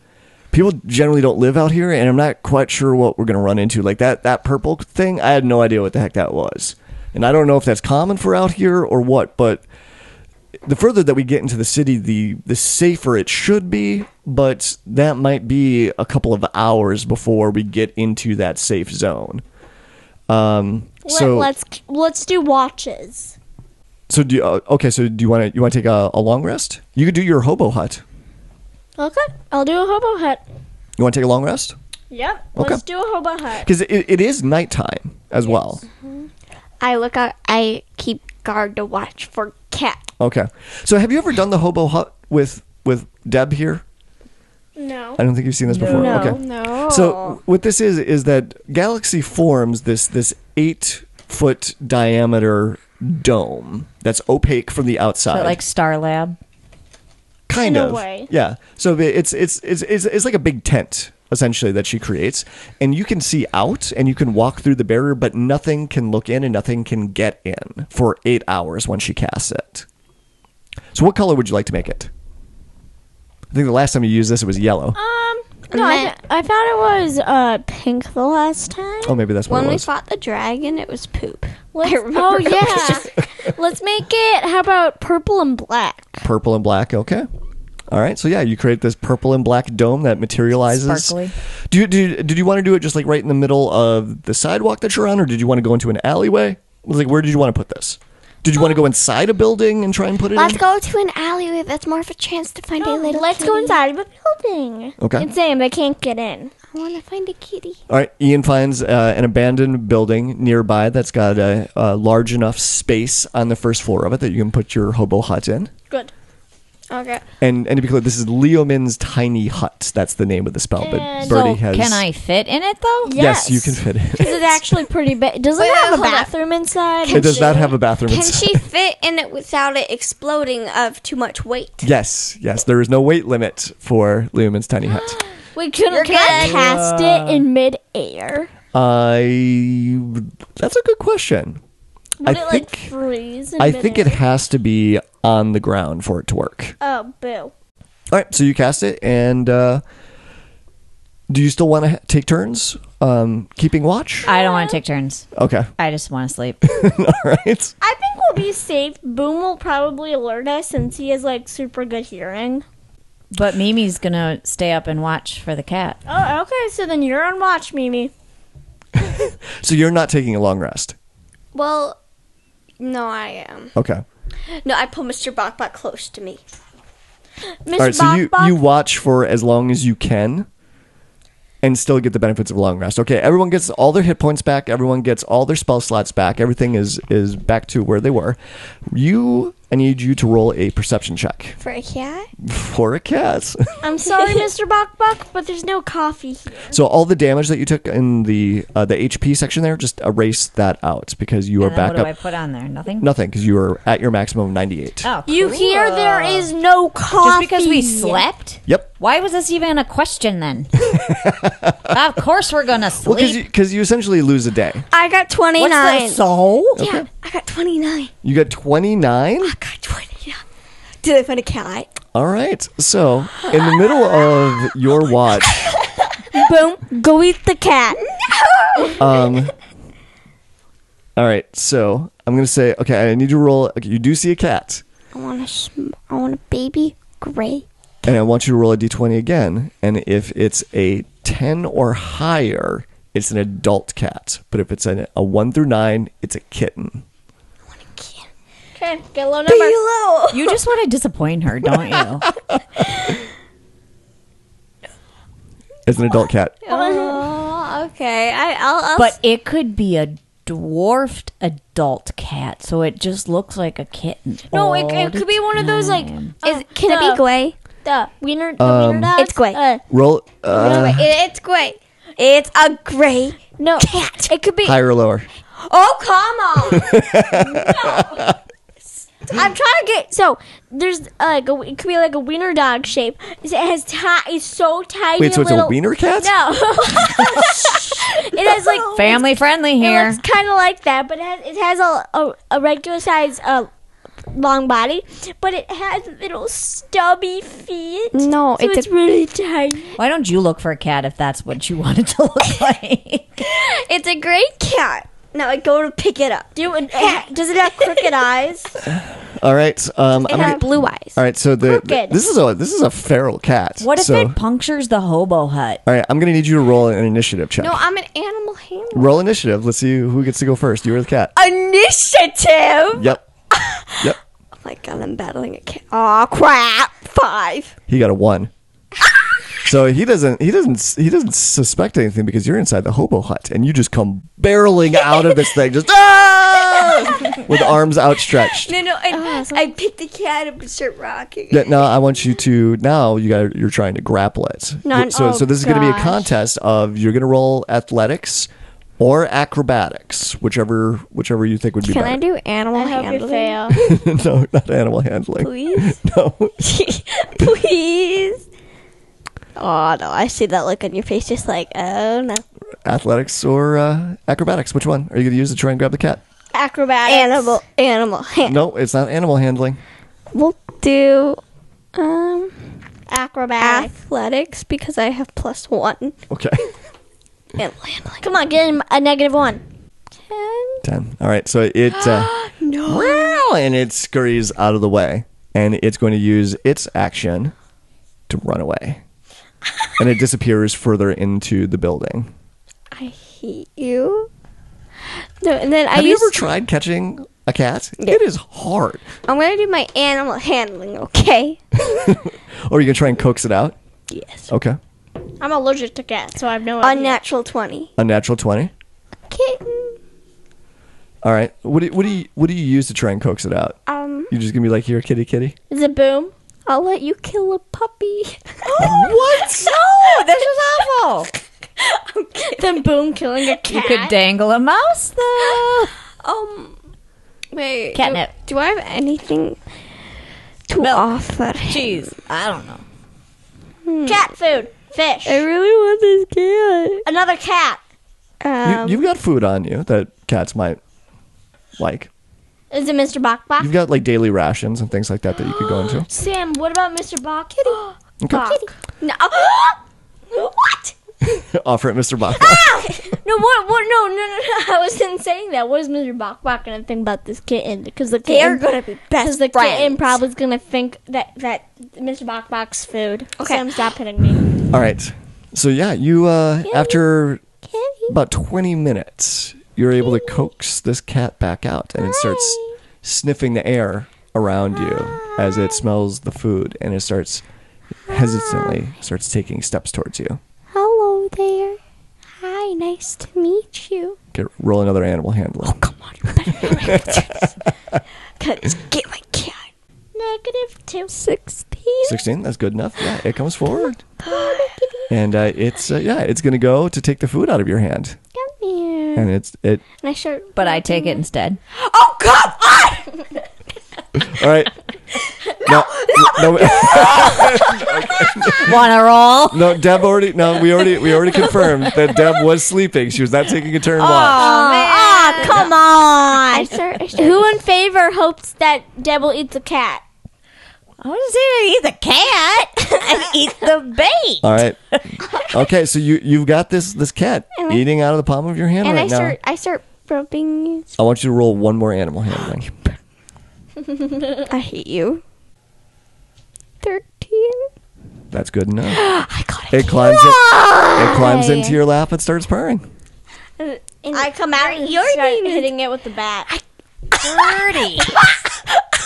A: people generally don't live out here, and I'm not quite sure what we're gonna run into. Like that that purple thing, I had no idea what the heck that was, and I don't know if that's common for out here or what. But the further that we get into the city, the the safer it should be. But that might be a couple of hours before we get into that safe zone. Um, so
D: Let, us let's do watches.
A: So do you, uh, okay. So do you want to you want to take a, a long rest? You could do your hobo hut.
D: Okay, I'll do a hobo hut.
A: You want to take a long rest
D: Yep.
A: Okay.
D: Let's do a hobo
B: Uh,
D: hut.
A: because it, it is nighttime as well.
B: Mm-hmm. I look out. I keep guard to watch for cat.
A: Okay. So have you ever done the hobo hut with with Deb here?
D: No.
A: I don't think you've seen this before. okay.
B: No.
A: So what this is is that Galaxy forms this this eight foot diameter dome that's opaque from the outside.
F: But like Star Lab.
A: kind
D: In a
A: of
D: way.
A: yeah so the- it's, it's it's it's it's like a big tent essentially that she creates and you can see out and you can walk through the barrier but nothing can look in and nothing can get in for eight hours when she casts it so what color would you like to make it i think the last time you used this it was yellow Oh,
D: Um. No, I, th- I thought it was uh pink the last time.
A: oh maybe that's what
B: when
A: it
B: we
A: was
B: fought the dragon, it was poop.
D: Let's-
B: I remember.
D: oh
B: it was just-
D: yeah. let's make it. How about purple and black?
A: purple and black okay all right so yeah you create this purple and black dome that materializes
F: Sparkly.
A: do you, do you- did you want to do it just like right in the middle of the sidewalk that you're on or did you want to go into an alleyway like where did you want to put this did you want to go inside a building and try and put it
B: Let's
A: in
B: go to an alleyway. That's more of a chance to find a little.
D: let's go
B: kitty.
D: inside of a building.
A: Okay.
D: It's in, but I can't get in.
B: I want to find a kitty.
A: all right ian finds uh, an abandoned building nearby that's got a, a large enough space on the first floor of it that you can put your hobo hut in
D: Good.
B: Okay.
A: and and to be clear this is leomin's tiny hut that's the name of the spell but
D: And-
A: birdie
F: so
A: has
F: can I fit in it though?
A: yes,
D: Yes.
A: you can fit it
D: Is it actually pretty big? It doesn't
B: Wait, wait,
D: have a
B: hold up.
D: bathroom inside.
A: it does not have a bathroom
B: Can
A: inside.
B: she fit in it without it exploding of too much weight?
A: yes yes there is no weight limit for leomin's tiny hut
D: We couldn't
B: You're
D: can I
B: good.
D: cast it in midair.
A: I. That's a good question.
D: Would
A: I
D: it
A: think.
D: like freeze? In
A: I think it
D: midair?
A: has to be on the ground for it to work.
D: Oh, boo.
A: All right, so you cast it, and uh, do you still want to ha- take turns um, keeping watch?
F: I don't want to take turns.
A: Okay,
F: I just want to sleep.
A: all right.
D: I think we'll be safe. Boom will probably alert us since he has like super good hearing.
F: But Mimi's gonna stay up and watch for the cat.
D: Oh, okay. So then you're on watch, Mimi.
A: So you're not taking a long rest.
B: Well, no, I am.
A: Okay.
B: No, I pull Mr. Bokbok close to me.
D: Mr.
A: All right. So you
D: Bok Bok,
A: you watch for as long as you can, and still get the benefits of long rest. Okay. Everyone gets all their hit points back. Everyone gets all their spell slots back. Everything is is back to where they were. You. I need you to roll a perception check.
B: For a cat?
A: for a cat.
D: I'm sorry, Mr. Bok Bok, but there's no coffee here.
A: so all the damage that you took in the uh, the HP section there, just erase that out because you are
F: And then
A: back
F: what do I
A: up
F: put on there? Nothing.
A: nothing because you are at your maximum of ninety eight.
F: Oh,
D: You
F: cool.
D: hear there is no coffee.
F: Just because we slept?
A: Yep.
F: Why was this even a question then? of course we're gonna
A: Well, because
F: sleep.
A: you, 'cause you essentially lose a day.
B: I got 29.
F: What's the soul?
B: Yeah, I got 29.
A: You got twenty nine.
B: I got 29. Did I find a cat?
A: All right. So in the middle of your watch,
D: Boom, go eat the cat.
A: um, all right. So I'm gonna say, okay, I need to roll. Okay, you do see a cat,
B: I want a, sm- I want a baby gray.
A: and I want you to roll a d20 again. And if it's a 10 or higher, it's an adult cat. But if it's an, a 1 through 9, it's a kitten.
D: Okay, get a low number.
F: You just want to disappoint her, don't you?
A: It's an adult cat.
B: Oh, okay. I, I'll, I'll
F: but it could be a dwarfed adult cat, so it just looks like a kitten.
D: No, Oh, it, it could be one of those like uh,
E: Is, can it be Gwei?
D: the wiener. The
A: Um,
D: wiener dogs.
E: it's Gwei.
D: Uh,
A: Roll uh,
D: wait, it- it's Gwei.
E: It's a gray.
D: No, cat. It could be.
A: higher or lower.
D: Oh come on!
E: I'm trying to get so there's uh, like a, it could be like a wiener dog shape. It has ti- it's so tiny.
A: Wait, so it's a
E: little-
A: wiener cat?
E: No, it has like
F: Family friendly
E: it
F: here.
E: looks kind of like that, but it has, it has a, a, a regular size uh, long body, but it has little stubby feet.
B: No,
E: so
B: it's a-
E: it's really tiny.
F: Why don't you look for a cat if that's what you want it to look like?
E: It's a great cat. Now I go to pick it up. Do you, it ha- does it have crooked eyes?
A: All right. Um, I'm
B: has
A: gonna-
B: blue eyes.
A: all right. So the, the-
E: Crooked.
A: this is a this is a feral cat.
F: What if
A: so,
F: it punctures the hobo hut?
A: All right. I'm gonna need you to roll an initiative check.
B: No, I'm an animal handler.
A: Roll initiative. Let's see who gets to go first. You or the cat?
E: Initiative.
A: yep. Yep.
B: Oh my god, I'm battling a cat. Aw, crap. Five.
A: He got a one. so he doesn't he doesn't he doesn't suspect anything because you're inside the hobo hut and you just come barreling out of this thing just "Ah!" with arms outstretched.
E: No, no, I, I picked the cat up and start rocking.
A: Yeah, now I want you to now you got you're trying to grapple it.
B: Not-
A: so
B: oh,
A: so this is going to be a
B: gosh.
A: contest of you're going to roll athletics or acrobatics, whichever whichever you think would be
B: Can I
A: better.
B: do animal
D: I hope you
B: handling?
D: fail.
A: no, not animal handling.
B: Please?
A: No.
B: Please? Oh no, I see that look on your face just like, oh no.
A: Athletics or uh, acrobatics? Which one are you going to use to try and grab the cat?
D: Acrobatics.
B: Animal, animal hand.
A: No, it's not animal handling.
B: We'll do um
D: Acrobatics.
B: athletics because I have plus one.
A: Okay.
B: Animal handling.
E: Come on, get him a negative one.
A: Ten. All right. So it uh, no, and it scurries out of the way, and it's going to use its action to run away, and it disappears further into the building.
B: I hate you. No, and then I
A: Have you
B: use.
A: ever tried catching a cat? It is hard.
B: I'm gonna do my animal handling, okay?
A: Or are you gonna try and coax it out?
B: Yes.
A: Okay.
D: I'm allergic to cats, so I have no idea.
B: Unnatural twenty.
A: A natural twenty.
B: Kitten.
A: All right. What do you, what do you what do you use to try and coax it out?
B: Um,
A: You're just gonna be like, here, kitty, kitty.
D: Is it boom?
B: I'll let you kill a puppy.
A: what?
F: No, this is awful.
D: then boom, killing a
F: You
D: cat.
F: could dangle a mouse though.
B: Um, wait. do-
F: Catnip.
B: Do, I have anything to
F: Milk.
B: offer?
F: Jeez, I don't know.
D: cat food. Fish.
B: I really want this
D: Another cat.
B: cat.
A: You,
B: Um,
A: you've got food on you that cats might like.
D: Is it Mr. Bok Bok?
A: You've got like daily rations and things like that that you could go into.
D: Sam, what about Mr. Bok? Kitty.
A: Okay.
D: No. what?
A: Offer it, Mr. Bach.
D: Ah! No, what? What? No, no, no, no. I wasn't saying that. What is Mr. Bok Bok gonna think about this kitten? Because the
E: They are
D: kitten,
E: gonna be best
D: because the kitten
E: friends.
D: probably's gonna think that that Mr. Bok Bok's food. Okay. Sam, stop hitting me.
A: All right. So yeah, you uh, after about twenty minutes, you're able to coax this cat back out, and it starts sniffing the air around you as it smells the food, and it starts hesitantly starts taking steps towards you.
B: hello there. Hi, nice to meet you.
A: Okay, roll another animal
B: Oh,
A: handling.
B: Let's get my cat.
D: Negative two.
B: Sixteen.
A: Sixteen. That's good enough. Yeah, it comes forward, and uh, it's uh, yeah, it's gonna go to take the food out of your hand,
B: Come here.
A: and it's it.
B: And I start.
F: But I take it instead.
A: All right. No, no,
F: Wanna roll?
A: No, Deb already. No, we already we already confirmed that Deb was sleeping. She was not taking a turn watch.
E: Ah, come on.
D: I start. I start
E: Who in favor hopes that Deb will eat the cat?
F: I want to eat the cat and eat the bait.
A: All right. Okay, so you you've got this this cat eating out of the palm of your hand
B: And
A: right
B: I
A: now.
B: start. I start rubbing.
A: I want you to roll one more animal handling.
B: Oh, I hate you. Thirteen.
A: That's good enough. it. climbs in, it climbs into your lap and starts purring.
D: I come out and
E: Your
D: start
E: demon.
D: hitting it with the bat.
F: Dirty.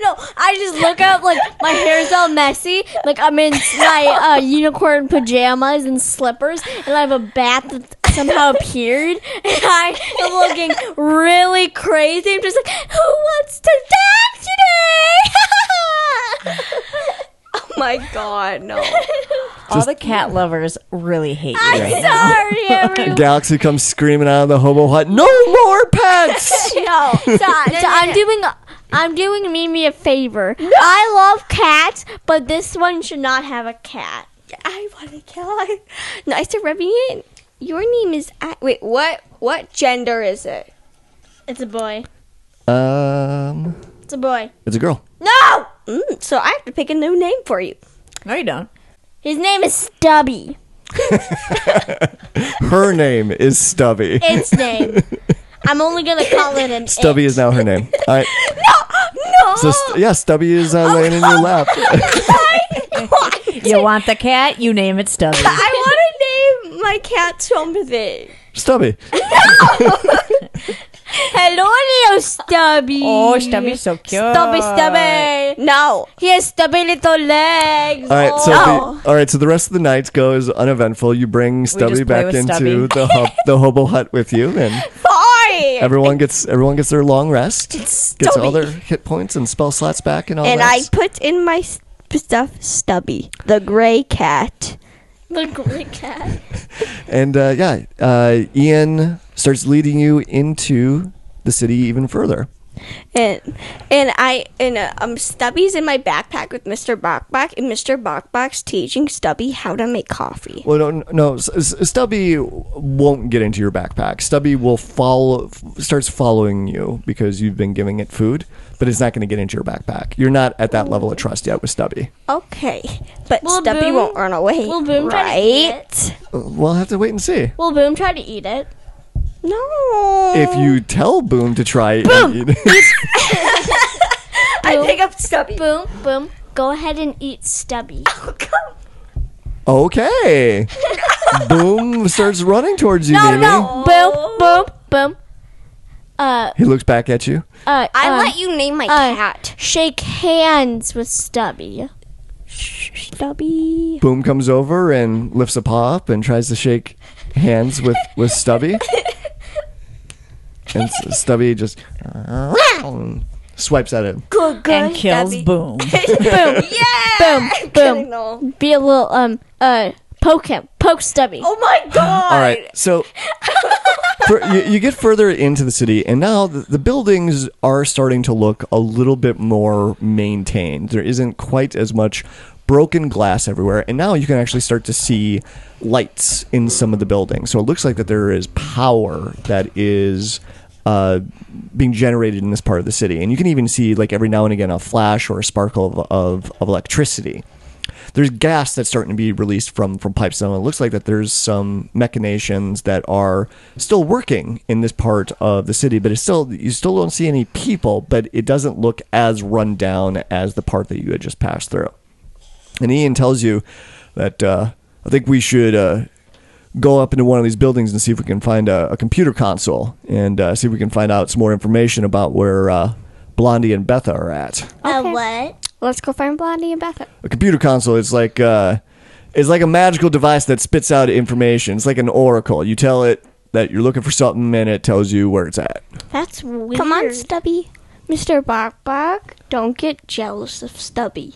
D: No, I just look up like my hair's all messy, like I'm in my uh, unicorn pajamas and slippers, and I have a bat that's somehow appeared. And I am looking really crazy. I'm just like, who wants to die today?
G: Oh my god, no.
F: All the cat lovers really hate you right now.
D: Sorry, everyone.
A: Galaxy comes screaming out of the hobo hut. No more pets.
D: No,
G: Oh,
D: so, so I'm doing. I'm doing Mimi a favor. I love cats, but this one should not have a cat.
G: I want to kill her. Nice to rubbing it. Your name is I- wait. What what gender is it?
D: It's a boy.
A: um,
D: It's a boy.
A: it's a girl.
G: No. Mm, so I have to pick a new name for you.
F: No, you don't.
D: His name is Stubby.
A: Her name is Stubby.
D: Its name. I'm only gonna call it an
A: Stubby is now her name. All right.
D: No.
A: So st- yeah, Stubby is uh, laying in your lap.
F: You want the cat? You name it Stubby.
G: I want to name my cat something.
A: Stubby.
D: Hello, little Stubby.
F: oh, Stubby's so cute.
D: Stubby, Stubby.
G: No.
D: He has stubby little legs.
A: All right, so
D: Oh.
A: the, all right, so the rest of the night goes uneventful. You bring Stubby
F: just play
A: back
F: with
A: into
F: Stubby.
A: the hub, the hobo hut with you, and
G: Fine.
A: everyone gets everyone gets their long rest, gets all their hit points and spell slots back, and all
G: and
A: that.
G: I put in my s- stuff Stubby, the gray cat.
D: the great cat.
A: And uh, yeah, uh, Ian starts leading you into the city even further.
G: And and I and uh, um Stubby's in my backpack with Mr. Bokbok, and Mr. Bokbok's teaching Stubby how to make coffee.
A: Well, no, no, S- S- Stubby won't get into your backpack. Stubby will follow, f- starts following you because you've been giving it food, but it's not going to get into your backpack. You're not at that level of trust yet with Stubby.
G: Okay, but
D: Will
G: Stubby
D: Boom-
G: won't run away.
D: Will Boom try to eat
G: right?
D: it?
A: Uh, We'll have to wait and see.
D: Will Boom try to eat it?
G: No.
A: If you tell Boom to try and eat,
G: I pick up Stubby.
D: Boom, Boom, go ahead and eat Stubby.
A: okay. Boom starts running towards you, Mimi.
D: Boom, Boom, Boom. Uh,
A: He looks back at you.
D: uh,
G: I
D: uh,
G: let you name my
D: uh,
G: cat.
D: shake hands with Stubby.
G: Stubby.
A: Boom comes over and lifts a paw up and tries to shake hands with, with Stubby. and S- Stubby just swipes at him.
F: and kills Boom.
D: Boom, Boom. Be a little um uh poke him, poke Stubby.
G: Oh my god.
A: All right, so fur- you, you get further into the city, and now the, the buildings are starting to look a little bit more maintained. There isn't quite as much broken glass everywhere, and now you can actually start to see lights in some of the buildings. So it looks like that there is power that is. Uh, being generated in this part of the city, and you can even see like every now and again a flash or a sparkle of, of, of electricity there's gas that's starting to be released from from pipes and it looks like that there's some machinations that are still working in this part of the city but it's still you still don't see any people but it doesn't look as run down as the part that you had just passed through and ian tells you that uh, i think we should uh, go up into one of these buildings and see if we can find a, a computer console and uh, see if we can find out some more information about where uh, blondie and betha are at
D: Uh, what?
G: Let's go find Blondie and Beth.
A: a computer console it's like uh it's like a magical device that spits out information it's like an oracle you tell it that you're looking for something and it tells you where it's at
D: That's weird.
G: Come on, Stubby. Mr. Bok Bok, don't get jealous of Stubby.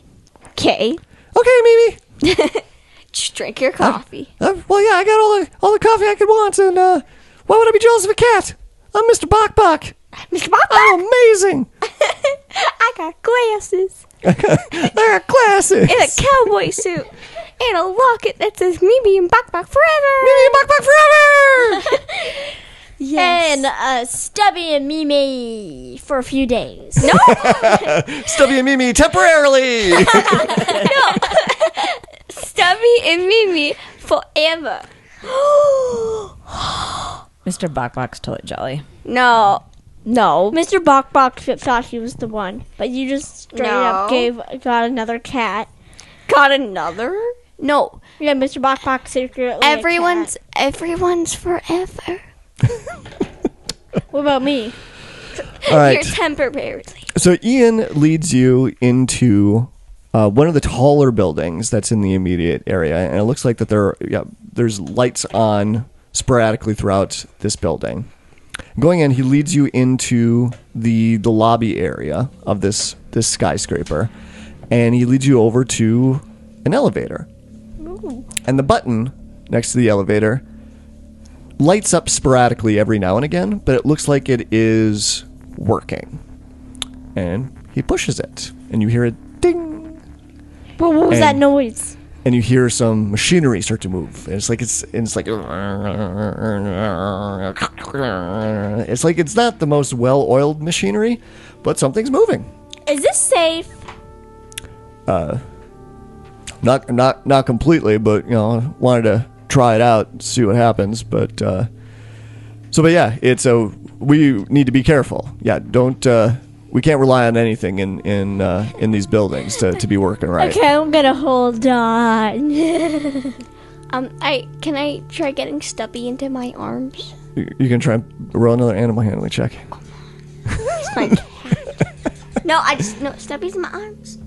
G: Okay?
A: okay mimi
G: Just drink your coffee.
A: uh, well yeah i got all the all the coffee i could want and uh why would i be jealous of a cat i'm mr bok bok
G: Mr. Bok Bok,
A: i'm amazing
G: I got glasses
A: i got glasses
G: and a cowboy suit and a locket that says Mimi and Bok Bok forever.
A: Mimi and Bok Bok forever
D: And uh, Stubby and Mimi for a few days.
A: stubby and mimi E temporarily
G: Stubby and Mimi forever.
F: Mr. Bokbok's toilet jelly.
G: No. No.
D: Mr. Bok Bok thought he was the one, but you just straight up
G: No.
D: gave got another cat.
G: Got another? No.
D: Yeah, Mr. Bok Bok secretly. a
G: Everyone's everyone's forever.
D: cat. What about me?
A: all right
G: You're temporarily.
A: So Ian leads you into uh, one of the taller buildings that's in the immediate area, and it looks like that there, yeah, there's lights on sporadically throughout this building. Going in, he leads you into the the lobby area of this this skyscraper, and he leads you over to an elevator. And the button next to the elevator lights up sporadically every now and again, but it looks like it is working. And he pushes it, and you hear a ding
E: But what was
A: And-
E: that noise?
A: and you hear some machinery start to move. And it's like it's and it's like it's like it's not the most well-oiled machinery, but something's moving.
E: Is this safe?
A: Not not not completely, but you know, wanted to try it out, see what happens. But uh, so, but yeah, it's a we need to be careful. Yeah, don't uh, we can't rely on anything in in uh, in these buildings to, to be working right.
E: Okay, I'm gonna hold on.
B: Um, I can I try getting stubby into my arms?
A: You, you can try and roll another animal handling check.
B: It's my cat. no, I just no stubby's in my arms.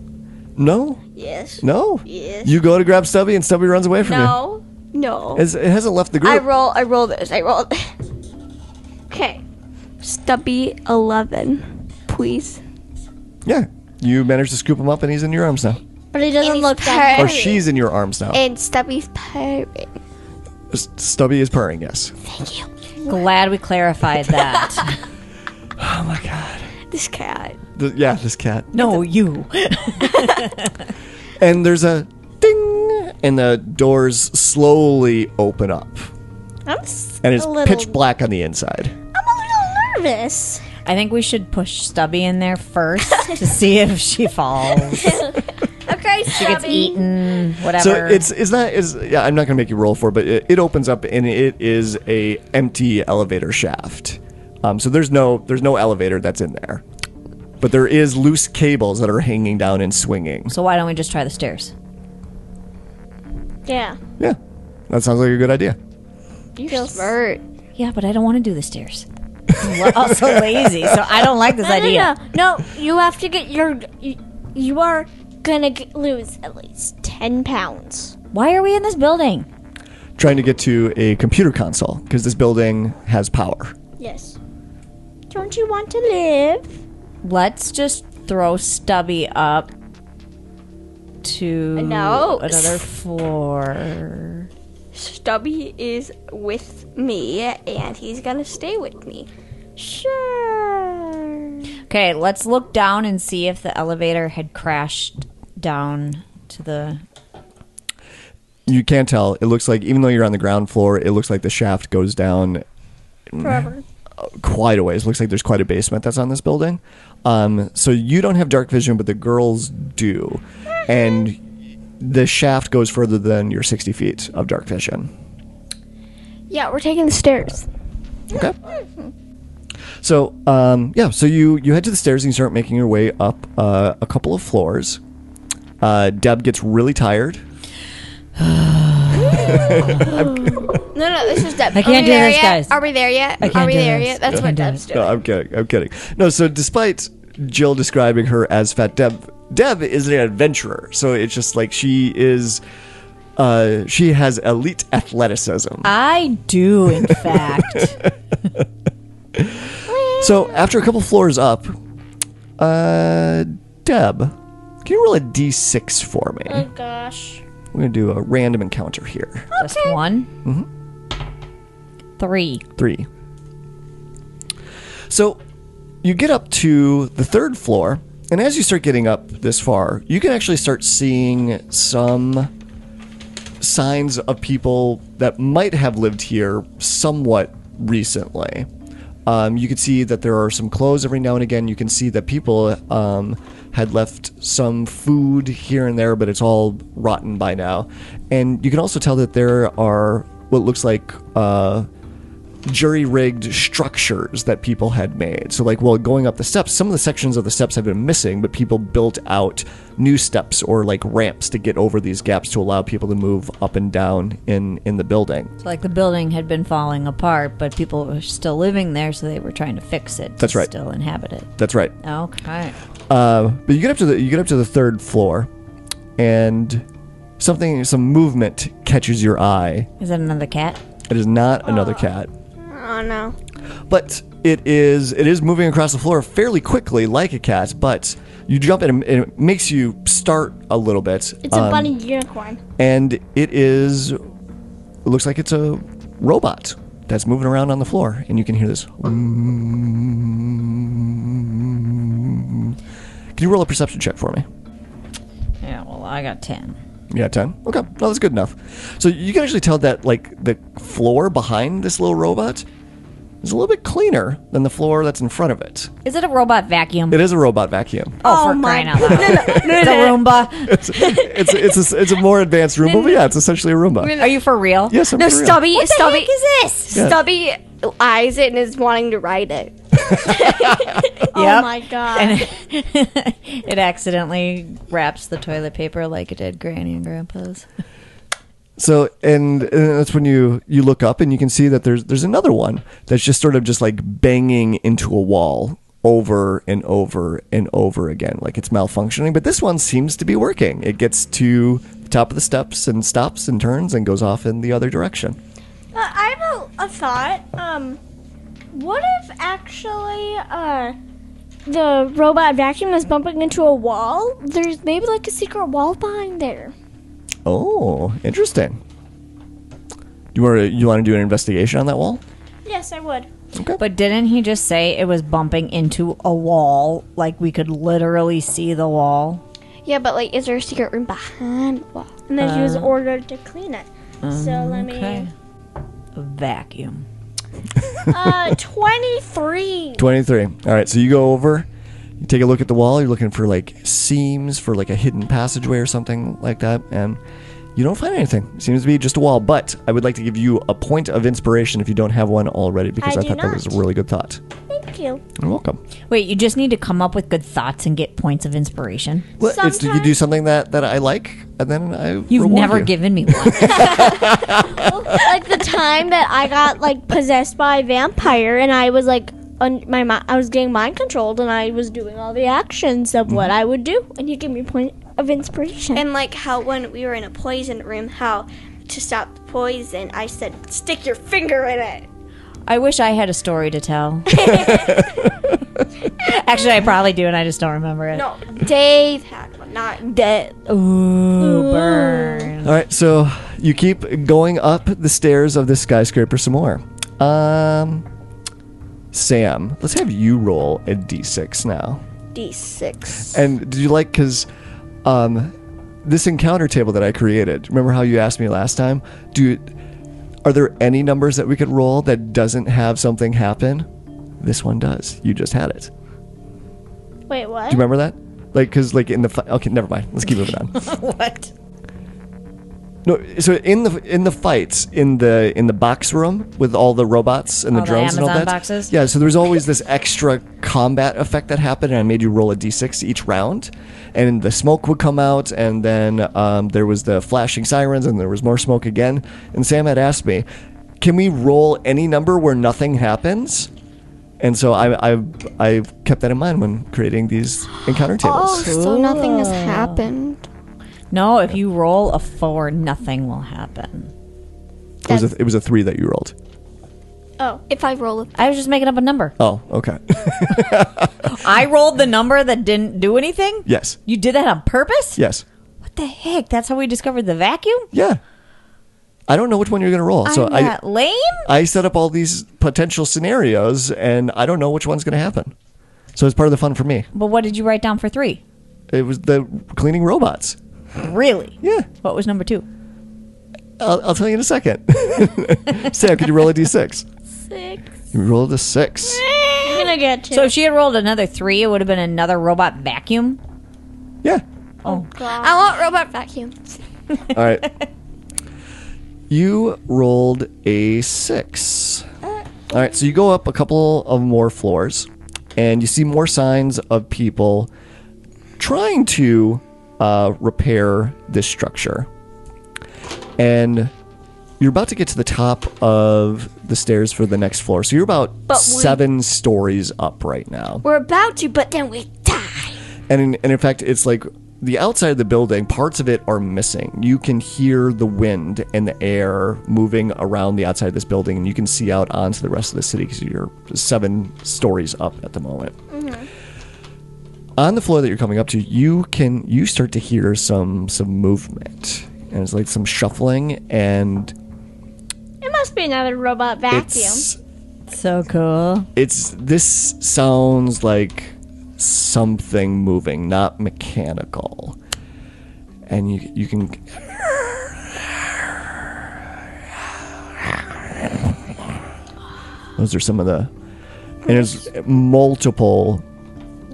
A: No,
B: Yes.
A: no.
B: Yes.
A: You go to grab Stubby, and Stubby runs away from you.
B: No. No.
A: It's, it hasn't left the
B: I
A: group.
B: roll. I roll this. I roll. okay. Stubby eleven, please.
A: yeah, you managed to scoop him up, and he's in your arms now,
E: But it doesn't look that.
A: or she's in your arms now.
B: And Stubby's purring.
A: S- Stubby is purring. Yes.
F: Glad we clarified that.
A: Oh my god.
B: This cat.
A: Th- yeah, this cat.
F: no, you.
A: And there's a ding, and the doors slowly open up,
E: I'm, s-
A: and it's
E: A little-
A: pitch black on the inside.
E: I'm a little nervous.
F: I think we should push Stubby in there first to see if she falls,
E: Okay,
F: gets eaten, whatever.
A: So it's it's not is yeah. I'm not gonna make you roll for, it, but it, it opens up, and it is a empty elevator shaft. Um, so there's no there's no elevator that's in there, but there is loose cables that are hanging down and swinging.
F: so why don't we just try the stairs?
E: Yeah.
A: Yeah, that sounds like a good idea.
B: You're smart.
F: Yeah, but I don't want to do the stairs. I'm also lazy, so I don't like this
D: Uh,
F: idea.
E: No, no, you have to get your. You, you are gonna get, lose at least 10 pounds.
F: Why are we in this building?
A: Trying to get to a computer console because this building has power.
E: Yes. Don't you want to live?
F: Let's just throw Stubby up to
B: No.
F: another floor.
B: Stubby is with me, and he's gonna stay with me.
E: Sure.
F: Okay, let's look down and see if the elevator had crashed down to the.
A: You can't tell. It looks like even though you're on the ground floor, it looks like the shaft goes down uh,
E: Forever.
A: quite a ways. Looks like there's quite a basement that's on this building. Um, so you don't have dark vision, but the girls do, and the shaft goes further than your 60 feet of dark vision.
B: Yeah, we're taking the stairs.
A: Okay. So um, yeah, so you you head to the stairs and you start making your way up uh, a couple of floors. Uh, Deb gets really tired.
B: No, no, this is Deb.
F: Oh, I can't
B: Are we
F: do
B: there
F: this,
B: yet?
F: guys.
B: Are we there yet?
F: can't
B: Are we
F: do
B: there
F: this.
B: yet? That's
F: I
B: what
F: can't do
B: Deb's
F: this.
B: doing.
A: No, I'm kidding. I'm kidding. No, so despite Jill describing her as Fat Deb, Deb is an adventurer. So it's just like she is. Uh, she has elite athleticism.
F: I do, in fact.
A: So after a couple floors up, uh, Deb, can you roll a d6 for me?
E: Oh gosh.
A: We're gonna do a random encounter here.
F: Just one.
A: Mm-hmm.
F: Three.
A: Three. So you get up to the third floor, and as you start getting up this far, you can actually start seeing some signs of people that might have lived here somewhat recently. Um, you can see that there are some clothes every now and again. You can see that people um, had left some food here and there, but it's all rotten by now. And you can also tell that there are what looks like uh, jury rigged structures that people had made. So, like, while going up the steps, some of the sections of the steps have been missing, but people built out new steps or like ramps to get over these gaps to allow people to move up and down in in the building.
F: So, like the building had been falling apart, but people were still living there, so they were trying to fix it. To
A: That's right.
F: Still inhabit it.
A: That's right.
F: Okay.
A: Uh, but you get up to the you get up to the third floor, and something some movement catches your eye.
F: Is that another cat?
A: It is not another cat.
D: Oh no.
A: but it is it is moving across the floor fairly quickly like a cat but you jump and it it makes you start a little bit um,
D: It's a bunny unicorn.
A: and it is it looks like it's a robot that's moving around on the floor and you can hear this can you roll a perception check for me
F: Yeah, well, I got 10.
A: Yeah, ten. Okay, no, that's good enough. So you can actually tell that like the floor behind this little robot is a little bit cleaner than the floor that's in front of it.
F: Is it a robot vacuum?
A: It is a robot vacuum.
F: oh, for crying out loud. It's a Roomba.
A: It's it's a, it's a more advanced Roomba, but yeah, it's essentially a Roomba.
F: Are you for real?
A: Yes, I'm
B: No,
A: for real.
B: Stubby.
E: What the
B: Stubby
E: heck is this?
A: Yeah.
B: Stubby eyes it and is wanting to ride it.
D: Oh my god.
F: It accidentally wraps the toilet paper like it did Granny and Grandpa's.
A: So and, and that's when you you look up and you can see that there's there's another one that's just sort of just like banging into a wall over and over and over again, like it's malfunctioning. But this one seems to be working. It gets to the top of the steps and stops and turns and goes off in the other direction.
D: Uh, I have a, a thought. Um, what if actually uh, the robot vacuum is bumping into a wall? There's maybe like a secret wall behind there.
A: Oh, interesting. You want to you want to do an investigation on that wall?
D: Yes, I would.
F: But didn't he just say it was bumping into a wall? Like we could literally see the wall?
B: Yeah, but like, is there a secret room behind the wall?
D: And then he was ordered to clean it. so let
F: Okay.
D: me.
F: A vacuum.
D: Uh, 23.
A: 23. All right, so you go over, you take a look at the wall, you're looking for like seams for like a hidden passageway or something like that, and you don't find anything. It seems to be just a wall, but I would like to give you a point of inspiration if you don't have one already because I,
D: I do
A: thought that was a
D: not.
A: really good thought.
D: Thank you.
A: You're welcome.
F: Wait, you just need to come up with good thoughts and get points of inspiration.
A: Well, it's, you do something that, that I like, and then I
F: You've
A: reward
F: never
A: you.
F: given me one.
D: like the time that I got like possessed by a vampire and I was like un- my mi- I was getting mind controlled and I was doing all the actions of
A: Mm-hmm.
D: what I would do and you give me point of inspiration.
B: And like how when we were in a poison room, how to stop the poison, I said, stick your finger in it.
F: I wish I had a story to tell. Actually, I probably do, and I just don't remember it.
B: No, Dave had one, not
F: That- ooh, burn.
A: All right, so you keep going up the stairs of this skyscraper some more. Um, Sam, let's have you roll a d6 now.
B: D6.
A: And did you like because um, this encounter table that I created? Remember how you asked me last time? Do are there any numbers that we could roll that doesn't have something happen? This one does. You just had it.
D: Wait, what?
A: Do you remember that? Like because like in the fi- okay, never mind. Let's keep moving on.
F: What?
A: No, so in the in the fights in the in the box room with all the robots and the
F: All the
A: drones and all
F: Amazon
A: that.
F: boxes?
A: Yeah, so there's always this extra combat effect that happened, and I made you roll a d6 each round, and the smoke would come out, and then um, there was the flashing sirens, and there was more smoke again. And Sam had asked me, "Can we roll any number where nothing happens?" And so I I I kept that in mind when creating these encounter
F: Oh,
A: tables.
B: So nothing has happened.
F: No, if you roll a four, nothing will happen.
A: it was a, it was a three that you rolled.
B: Oh, If I roll a
F: I was just making up a number.
A: Oh, okay.
F: I rolled the number that didn't do anything.
A: yes,
F: You did that on purpose?
A: yes.
F: What the heck? That's how we discovered the vacuum?
A: Yeah. I don't know which one you're going to roll. so
F: I'm not lame?
A: I I set up all these potential scenarios and I don't know which one's going to happen. So it's part of the fun for me.
F: But what did you write down for three?
A: It was the cleaning robots.
F: Really?
A: Yeah.
F: What was number two?
A: I'll, I'll tell you in a second. Sam, could you roll a d6? Six. You rolled a six.
D: I'm gonna get to.
F: So if she had rolled another three, it would have been another robot vacuum.
A: Yeah.
B: Oh, I want robot vacuum.
A: All right. you rolled a six.
B: Uh.
A: All right, so you go up a couple of more floors, and you see more signs of people trying to uh, repair this structure. And you're about to get to the top of the stairs for the next floor. So you're about seven stories up right now
B: We're about to, but then we die.
A: and in, and in fact, it's like the outside of the building, parts of it are missing. You can hear the wind and the air moving around the outside of this building, and you can see out onto the rest of the city because you're seven stories up at the moment. On the floor that you're coming up to, you can you start to hear some some movement, and it's like some shuffling, and
D: It must be another robot vacuum.
A: it's
F: So cool.
A: it's this sounds like something moving, not mechanical. And you you can Those are some of the and there's multiple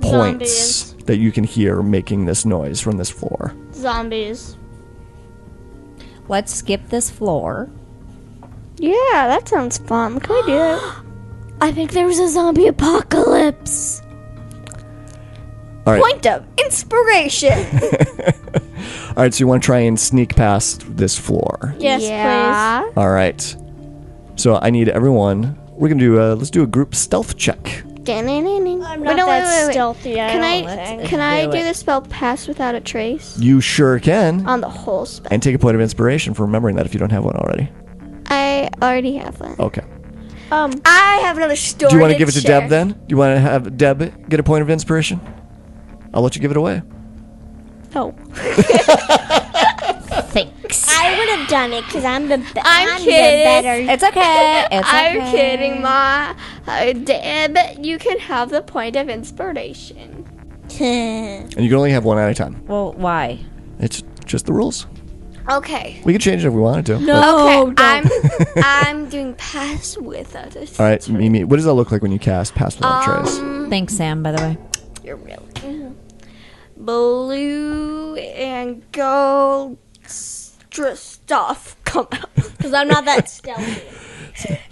A: points
D: Zombies.
A: that you can hear making this noise from this floor.
D: Zombies.
F: Let's skip this floor.
D: Yeah, that sounds fun. Can we do it?
E: I think there was a zombie apocalypse.
A: All right.
E: Point of inspiration.
A: All right, so you want to try and sneak past this floor.
D: Yes,
E: Yeah.
D: please.
A: All right. So I need everyone. We're gonna do. A, let's do a group stealth check.
D: I'm
B: Wait,
D: not
B: no,
D: that
B: wait, wait, wait.
D: stealthy. I
B: Can
D: don't
B: I
D: think.
B: can I
F: do
B: do
F: it.
B: the spell pass without a trace
A: You sure can.
B: on the whole spell?
A: And take a point of inspiration for remembering that if you don't have one already.
B: I already have one.
A: Okay.
D: Um,
E: I have another story.
A: Do you want to give it to
E: share.
A: Deb then? Do you want to have Deb get a point of inspiration? I'll let you give it away.
D: oh.
F: Thanks.
D: I would have done it because I'm the be-
B: I'm
D: I'm the
B: kidding.
D: better.
F: It's okay. It's
B: I'm
F: okay.
B: kidding, Ma. Uh, Deb, you can have the point of inspiration.
A: And you can only have one at a time.
F: Well, why?
A: It's just the rules.
B: Okay.
A: We could change it if we wanted to.
D: Oh,
B: No, okay. I'm I'm doing pass without a
A: All right, Mimi. What does that look like when you cast Pass Without
B: Um,
A: Trace?
F: Thanks, Sam, by the way.
B: You're really good. blue and gold extra stuff come out.
D: Because I'm not that stealthy.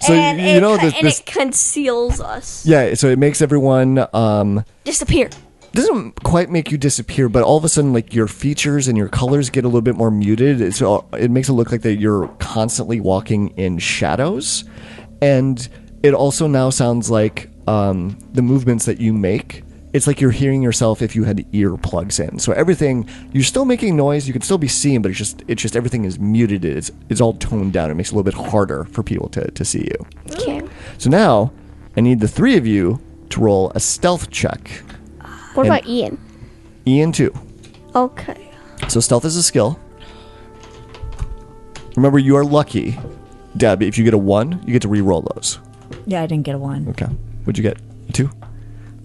A: So you, you know
B: and
A: this. this
B: it conceals us.
A: yeah. So it makes everyone. um
B: Disappear.
A: doesn't quite make you disappear, but all of a sudden, like your features and your colors get a little bit more muted. It's all, it makes it look like that you're constantly walking in shadows, and it also now sounds like um, the movements that you make. It's like you're hearing yourself if you had earplugs in. So everything you're still making noise. You can still be seen, but it's just it's just everything is muted. It's it's all toned down. It makes it a little bit harder for people to to see you.
B: Okay.
A: So now, I need the three of you to roll a stealth check.
B: What
A: And-
B: about Ian?
A: Ian two.
B: Okay.
A: So stealth is a skill. Remember, you are lucky, Deb. If you get a one, you get to re-roll those.
F: Yeah, I didn't get a one.
A: Okay. What'd you get? A two?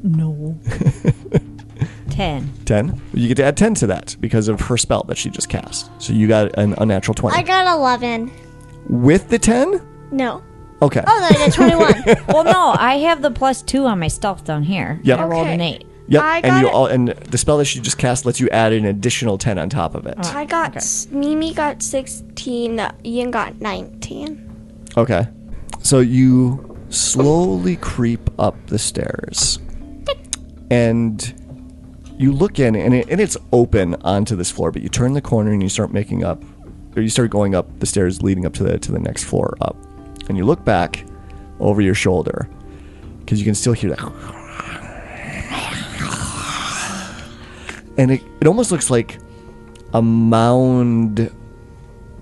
F: No. Ten.
A: Ten? You get to add ten to that because of her spell that she just cast. So you got an unnatural twenty.
D: I got 11.
A: With the ten?
D: No.
A: Okay.
D: Oh, no, I got 21.
F: Well, no, I have the plus two on my stealth down here.
A: Yep.
F: I rolled an
B: Okay.
F: eight.
A: yep.
B: I
A: and you
B: got it.
A: all and the spell that she just cast lets you add an additional ten on top of it.
B: I got s- Mimi got 16, Ian got 19.
A: Okay. So you slowly creep up the stairs. And you look in, and, it, and it's open onto this floor, but you turn the corner and you start making up, or you start going up the stairs leading up to the, to the next floor up. And you look back over your shoulder because you can still hear that. And it, it almost looks like a mound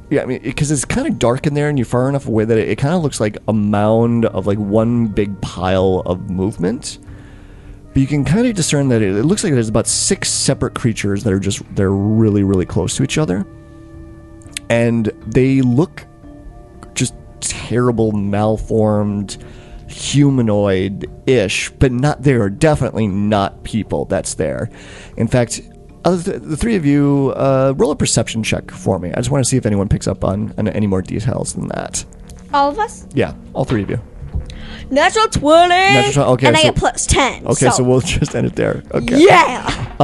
A: yeah, I mean, because it's kind of dark in there, and you're far enough away that it, it kind of looks like a mound of like one big pile of movement. But you can kind of discern that it, it looks like there's about six separate creatures that are just they're really really close to each other, and they look just terrible, malformed, humanoid-ish, but not. They are definitely not people. That's there. In fact, other th- the three of you uh, roll a perception check for me. I just want to see if anyone picks up on, on any more details than that.
D: All of us?
A: Yeah, all three of you.
E: Natural 20.
A: Natural 20, okay,
E: And I
A: so-
E: get plus 10.
A: Okay, so, we'll just end it there. Okay.
E: Yeah.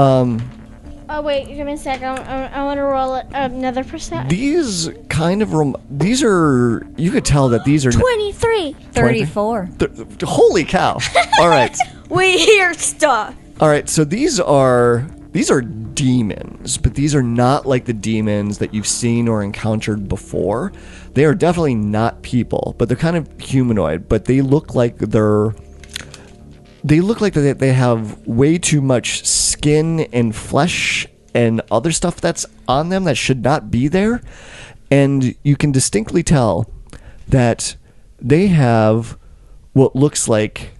D: Oh, wait, give me a sec. I, I, I want to roll it, another percent.
A: These kind of rem- these are you could tell that these are
D: 23.
F: Thirty-four.
A: th- th- holy cow. All right.
E: We hear stuff.
A: All right, so these are these are demons, but these are not like the demons that you've seen or encountered before. They are definitely not people, but they're kind of humanoid, but they look like they're they look like they, they have way too much skin and flesh and other stuff that's on them that should not be there. And you can distinctly tell that they have what looks like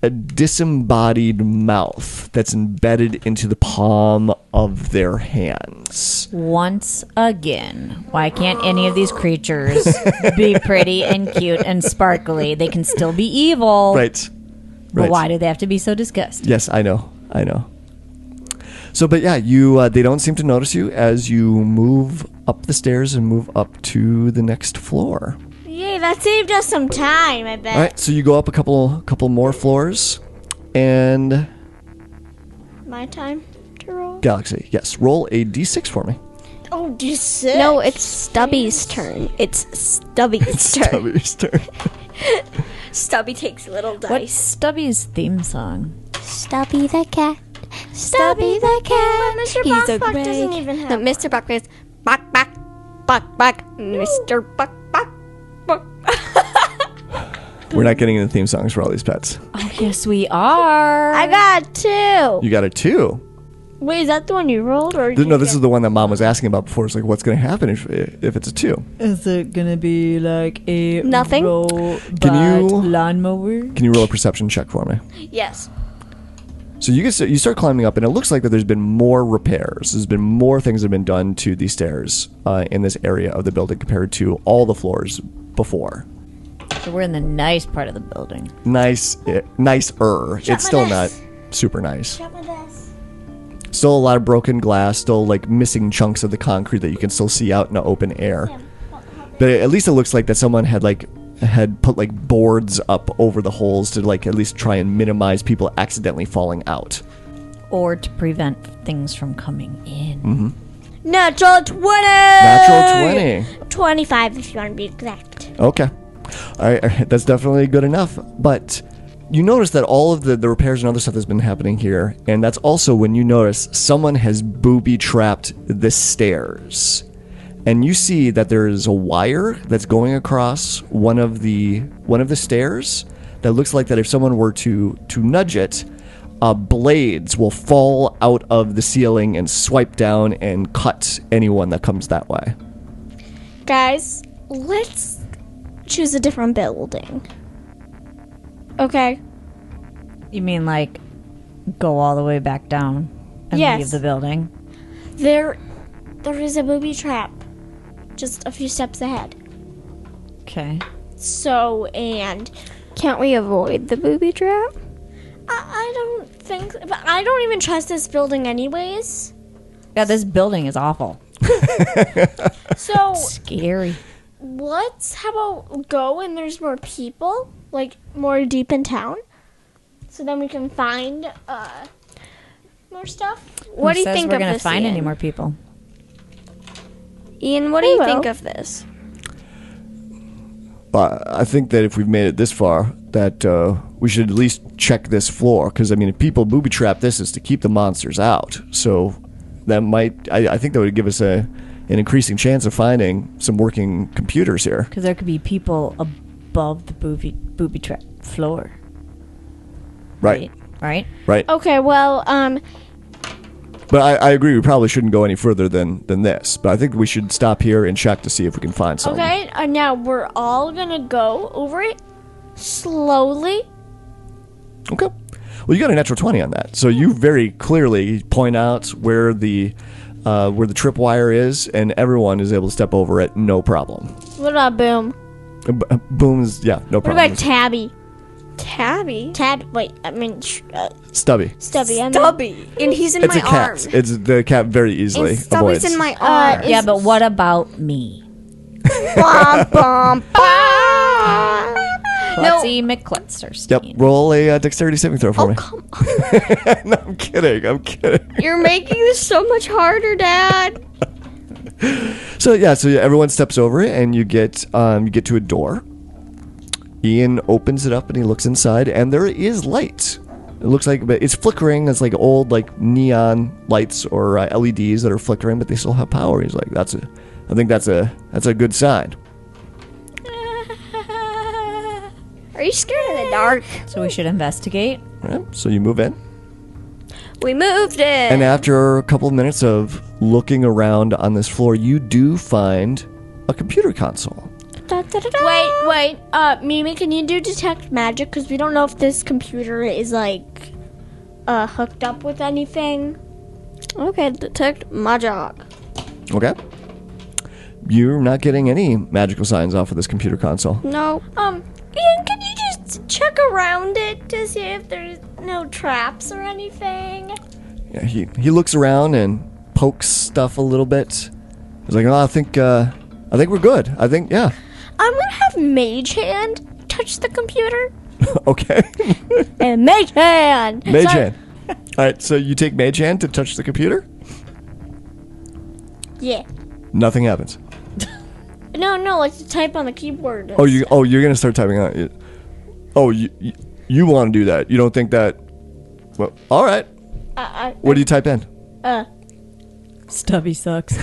A: a disembodied mouth that's embedded into the palm of their hands.
F: Once again, why can't any of these creatures be pretty and cute and sparkly? They can still be evil.
A: Right.
F: But
A: right.
F: why do they have to be so disgusted?
A: Yes, I know. I know. So, but yeah, you uh, they don't seem to notice you as you move up the stairs and move up to the next floor.
D: Yay, that saved us some time, I bet.
A: All right, so you go up a couple couple more floors, and
D: My time to roll.
A: Galaxy, yes, roll a d6 for me.
D: Oh, D6.
B: No, it's Stubby's turn. It's Stubby's turn.
A: Stubby's turn.
B: Stubby takes a little dice.
F: What's Stubby's theme song?
E: Stubby the cat. Stubby the cat.
D: Mr.
E: He's a
D: Bockbach doesn't
E: great-
D: even
B: No,
D: have.
B: Mr. Buck goes, Buck, Buck, Buck, Buck, Mr. Buck, Buck, Buck.
A: We're not getting into theme songs for all these pets.
F: Yes, we are.
D: I got two.
A: You got a two.
D: Oh. Wait, is that the one you rolled? or
A: Th- No, this is the one that mom was asking about before. It's like, what's going to happen if if it's a two?
F: Is it gonna be like a
B: Nothing?
A: Can you-
F: lawnmower?
A: Can you roll a perception check for me?
D: Yes.
A: So you get you start climbing up, and it looks like that there's been more repairs. There's been more things have been done to these stairs uh, in this area of the building compared to all the floors before.
F: So we're in the nice part of the building.
A: Nice, eh, nicer. It's still not super nice. Still a lot of broken glass. Still like missing chunks of the concrete that you can still see out in the open air. But at least it looks like that someone had like had put like boards up over the holes to like at least try and minimize people accidentally falling out.
F: Or to prevent things from coming in.
D: Natural 20!
A: Natural twenty.
D: 25 if you want to be exact.
A: Okay. All right, all right, that's definitely good enough. But you notice that all of the, the repairs and other stuff that's been happening here, and that's also when you notice someone has booby trapped the stairs. And you see that there is a wire that's going across one of the one of the stairs that looks like that if someone were to to nudge it, uh, blades will fall out of the ceiling and swipe down and cut anyone that comes that way.
D: Guys, let's choose a different building. Okay.
F: You mean like go all the way back down and
D: Yes.
F: leave the building?
D: There, there is a booby trap, just a few steps ahead.
F: Okay.
D: So and
B: Can't we avoid the booby trap?
D: I, I don't think, but I don't even trust this building anyways.
F: Yeah, this building is awful.
D: So
F: Scary.
D: let's how about go when there's more people, like more deep in town, so then we can find uh more stuff.
B: What do you
F: Says
B: think
F: we're
B: of
F: gonna
B: this,
F: find
B: Ian?
F: any more people?
B: Ian, what do
D: We
B: you
D: will.
B: think of this?
A: But I think that if we've made it this far, that uh, we should at least check this floor. Because I mean, if people booby trap this, is to keep the monsters out. So that might, I, I think, that would give us a an increasing chance of finding some working computers here.
F: Because there could be people above the booby booby trap floor,
A: Right,
F: right?
A: right.
D: Okay, well, um,
A: But I, I agree. We probably shouldn't go any further than than this. But I think we should stop here and check to see if we can find some.
D: okay, uh, now we're all gonna go over it slowly.
A: Okay. Well, you got a natural twenty on that, so you very clearly point out where the uh, where the tripwire is, and everyone is able to step over it, no problem.
D: What about Boom?
A: B- uh, booms, yeah, no
D: What
A: problem.
D: about Tabby?
B: Tabby?
D: Tab, wait, I mean, sh- uh,
A: Stubby?
D: Stubby. I mean.
B: Stubby. And he's in
A: It's
B: my
A: a cat.
B: arm.
A: It's the cat very easily
B: And Stubby's
A: avoids.
B: in my arm.
F: yeah, but what about me? Betsy
A: Yep.
F: McClusterstein.
A: Roll a uh, dexterity saving throw for me.
B: Oh, Come on.
A: no, I'm kidding. I'm kidding.
B: You're making this so much harder, Dad.
A: So yeah, so yeah, everyone steps over it, and you get um, you get to a door. Ian opens it up and he looks inside, and there is light. It looks like but it's flickering. It's like old like neon lights or uh, LEDs that are flickering, but they still have power. He's like, that's a, I think that's a that's a good sign.
B: Are you scared of the dark?
F: So we should investigate.
A: All right, so you move in.
B: We moved it.
A: And after a couple of minutes of looking around on this floor, you do find a computer console.
D: Wait, wait. Uh, Mimi, can you do detect magic? Because we don't know if this computer is like uh hooked up with anything.
B: okay, detect magic.
A: Okay? You're not getting any magical signs off of this computer console.
B: No.
D: Um, Ian, can you just check around it to see if there's no traps or anything?
A: Yeah, he, he looks around and pokes stuff a little bit. He's like, oh, I think, uh, I think we're good. I think, yeah.
D: I'm gonna have Mage Hand touch the computer.
A: okay.
D: And Mage Hand.
A: Mage
D: Sorry.
A: Hand. All right, so you take Mage Hand to touch the computer.
D: Yeah.
A: Nothing happens.
D: No, no, like to type on the keyboard.
A: Oh, you. Oh, you're gonna start typing on it. Oh, you. You, you want to do that? You don't think that? Well, all right.
D: I,
A: What do you type in?
F: Stubby sucks.
B: No.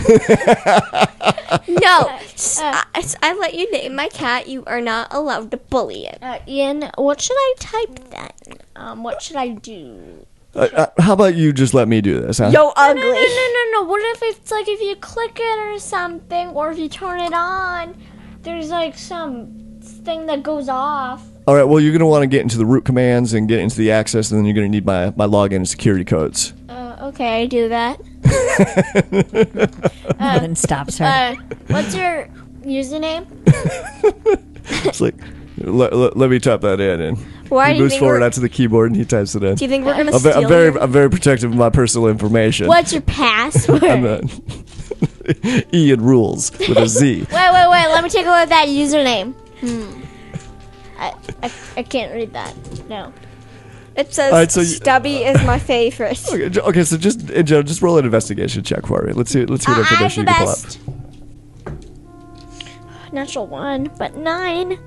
B: S- I, s- I let you name my cat. You are not allowed to bully it.
D: I, uh, Ian, what should I type then? Um, what should I do?
A: Uh, uh, how about you just let me do this? Huh?
B: Yo, ugly.
D: No, no, no, no, no. What if it's like if you click it or something, or if you turn it on, there's like some thing that goes off.
A: All right. Well, you're gonna want to get into the root commands and get into the access, and then you're gonna need my my login and security codes.
D: Uh, okay, I do that.
F: and then stops her.
D: Uh, what's your username?
A: It's like. Let, let, let me type that in, and
B: Why
A: he
B: do you
A: moves
B: think
A: forward
B: we're,
A: out to the keyboard, and he types it in.
B: do you think we're gonna
A: I'm, ve-
B: steal
A: I'm very,
B: your-
A: I'm very protective of my personal information.
D: What's your password?
A: I'm not. Ian rules with a Z.
D: Wait, wait, wait. Let me take a look at that username. Hmm. I, I, I can't read that. No.
B: It says
A: All right, so you-
B: Stubby is my favorite.
A: Okay, j- okay, so just in general, just roll an investigation check for me. Let's see. Let's see what
D: Uh, I'm
A: information
D: the
A: you can pull up.
D: best. Natural one, but nine.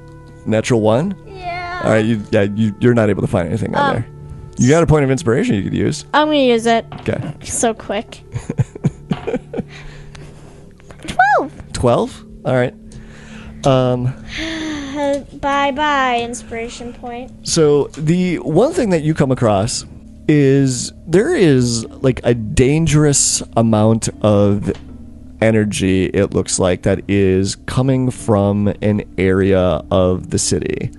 A: Natural one.
D: Yeah.
A: All right, you, yeah, you, you're not able to find anything on there. You got a point of inspiration you could use.
E: uh,
D: I'm gonna use it.
A: Okay,
D: So quick. Twelve.
A: twelve. All right. Um,
D: Uh, bye bye, inspiration point.
A: so the one thing that you come across is there is like a dangerous amount of energy. It looks like that is coming from an area of the city.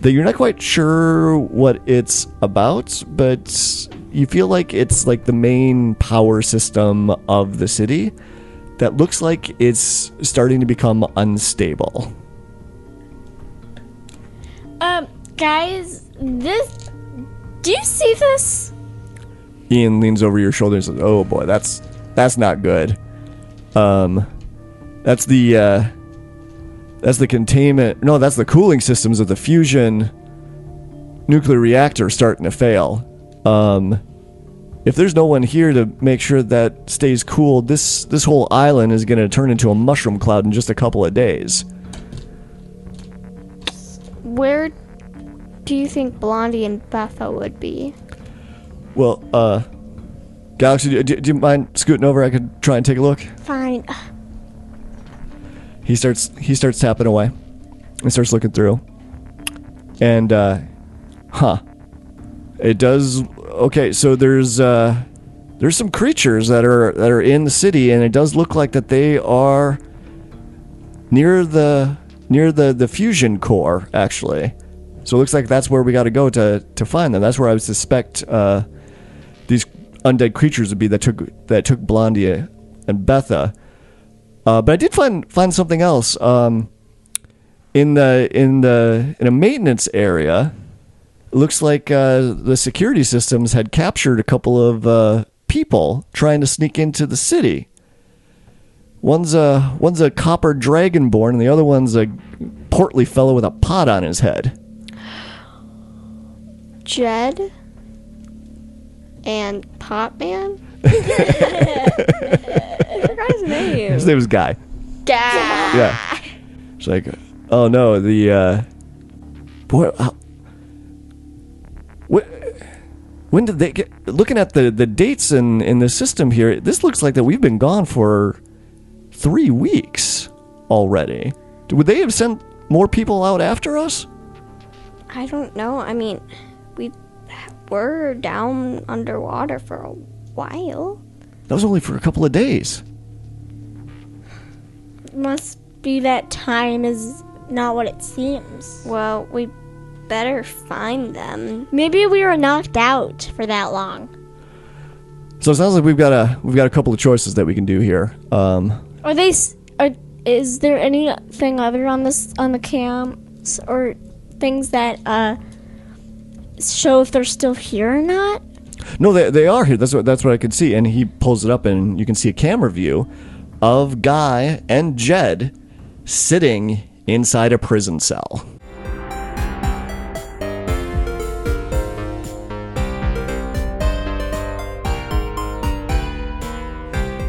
A: that you're not quite sure what it's about, but you feel like it's like the main power system of the city that looks like it's starting to become unstable.
D: Um, guys, this. Do you see this?
A: Ian leans over your shoulder and says, "Oh boy, that's that's not good. Um, that's the uh, that's the containment. No, that's the cooling systems of the fusion nuclear reactor starting to fail. Um, if there's no one here to make sure that stays cool, this this whole island is going to turn into a mushroom cloud in just a couple of days.
B: Where do you think Blondie and Bethel would be?
A: Well, uh, Galaxy, do, do, do you mind scooting over? I could try and take a look."
D: Fine.
A: he starts he starts tapping away and starts looking through and uh huh it does okay so there's uh there's some creatures that are that are in the city and it does look like that they are near the near the the fusion core actually so it looks like that's where we got to go to to find them that's where i would suspect uh these undead creatures would be that took that took blondie and betha uh, but I did find find something else um, in the in the in a maintenance area. it Looks like uh, the security systems had captured a couple of uh, people trying to sneak into the city. One's a one's a copper dragonborn, and the other one's a portly fellow with a pot on his head.
B: Jed and Popman? What's his name?
A: His name was Guy.
B: Gah.
A: Yeah. It's like, oh no, the uh, boy. uh, How, what? When did they get? Looking at the the dates in in the system here, this looks like that we've been gone for three weeks already. Would they have sent more people out after us?
B: I don't know. I mean, we were down underwater for a while.
A: That was only for a couple of days.
D: Must be that time is not what it seems.
B: Well, we better find them.
D: Maybe we were knocked out for that long.
A: So it sounds like we've got a we've got a couple of choices that we can do here. Um,
D: Are they? s- Are is there anything other on this on the camps or things that uh show if they're still here or not?
A: no, they, they are here. That's what that's what I could see. And he pulls it up, and you can see a camera view of Guy and Jed sitting inside a prison cell.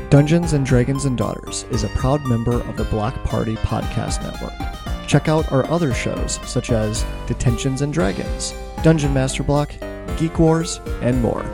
A: Dungeons and Dragons and Daughters is a proud member of the Block Party Podcast Network. Check out our other shows such as Detentions and Dragons, Dungeon Master Block, Geek Wars, and more.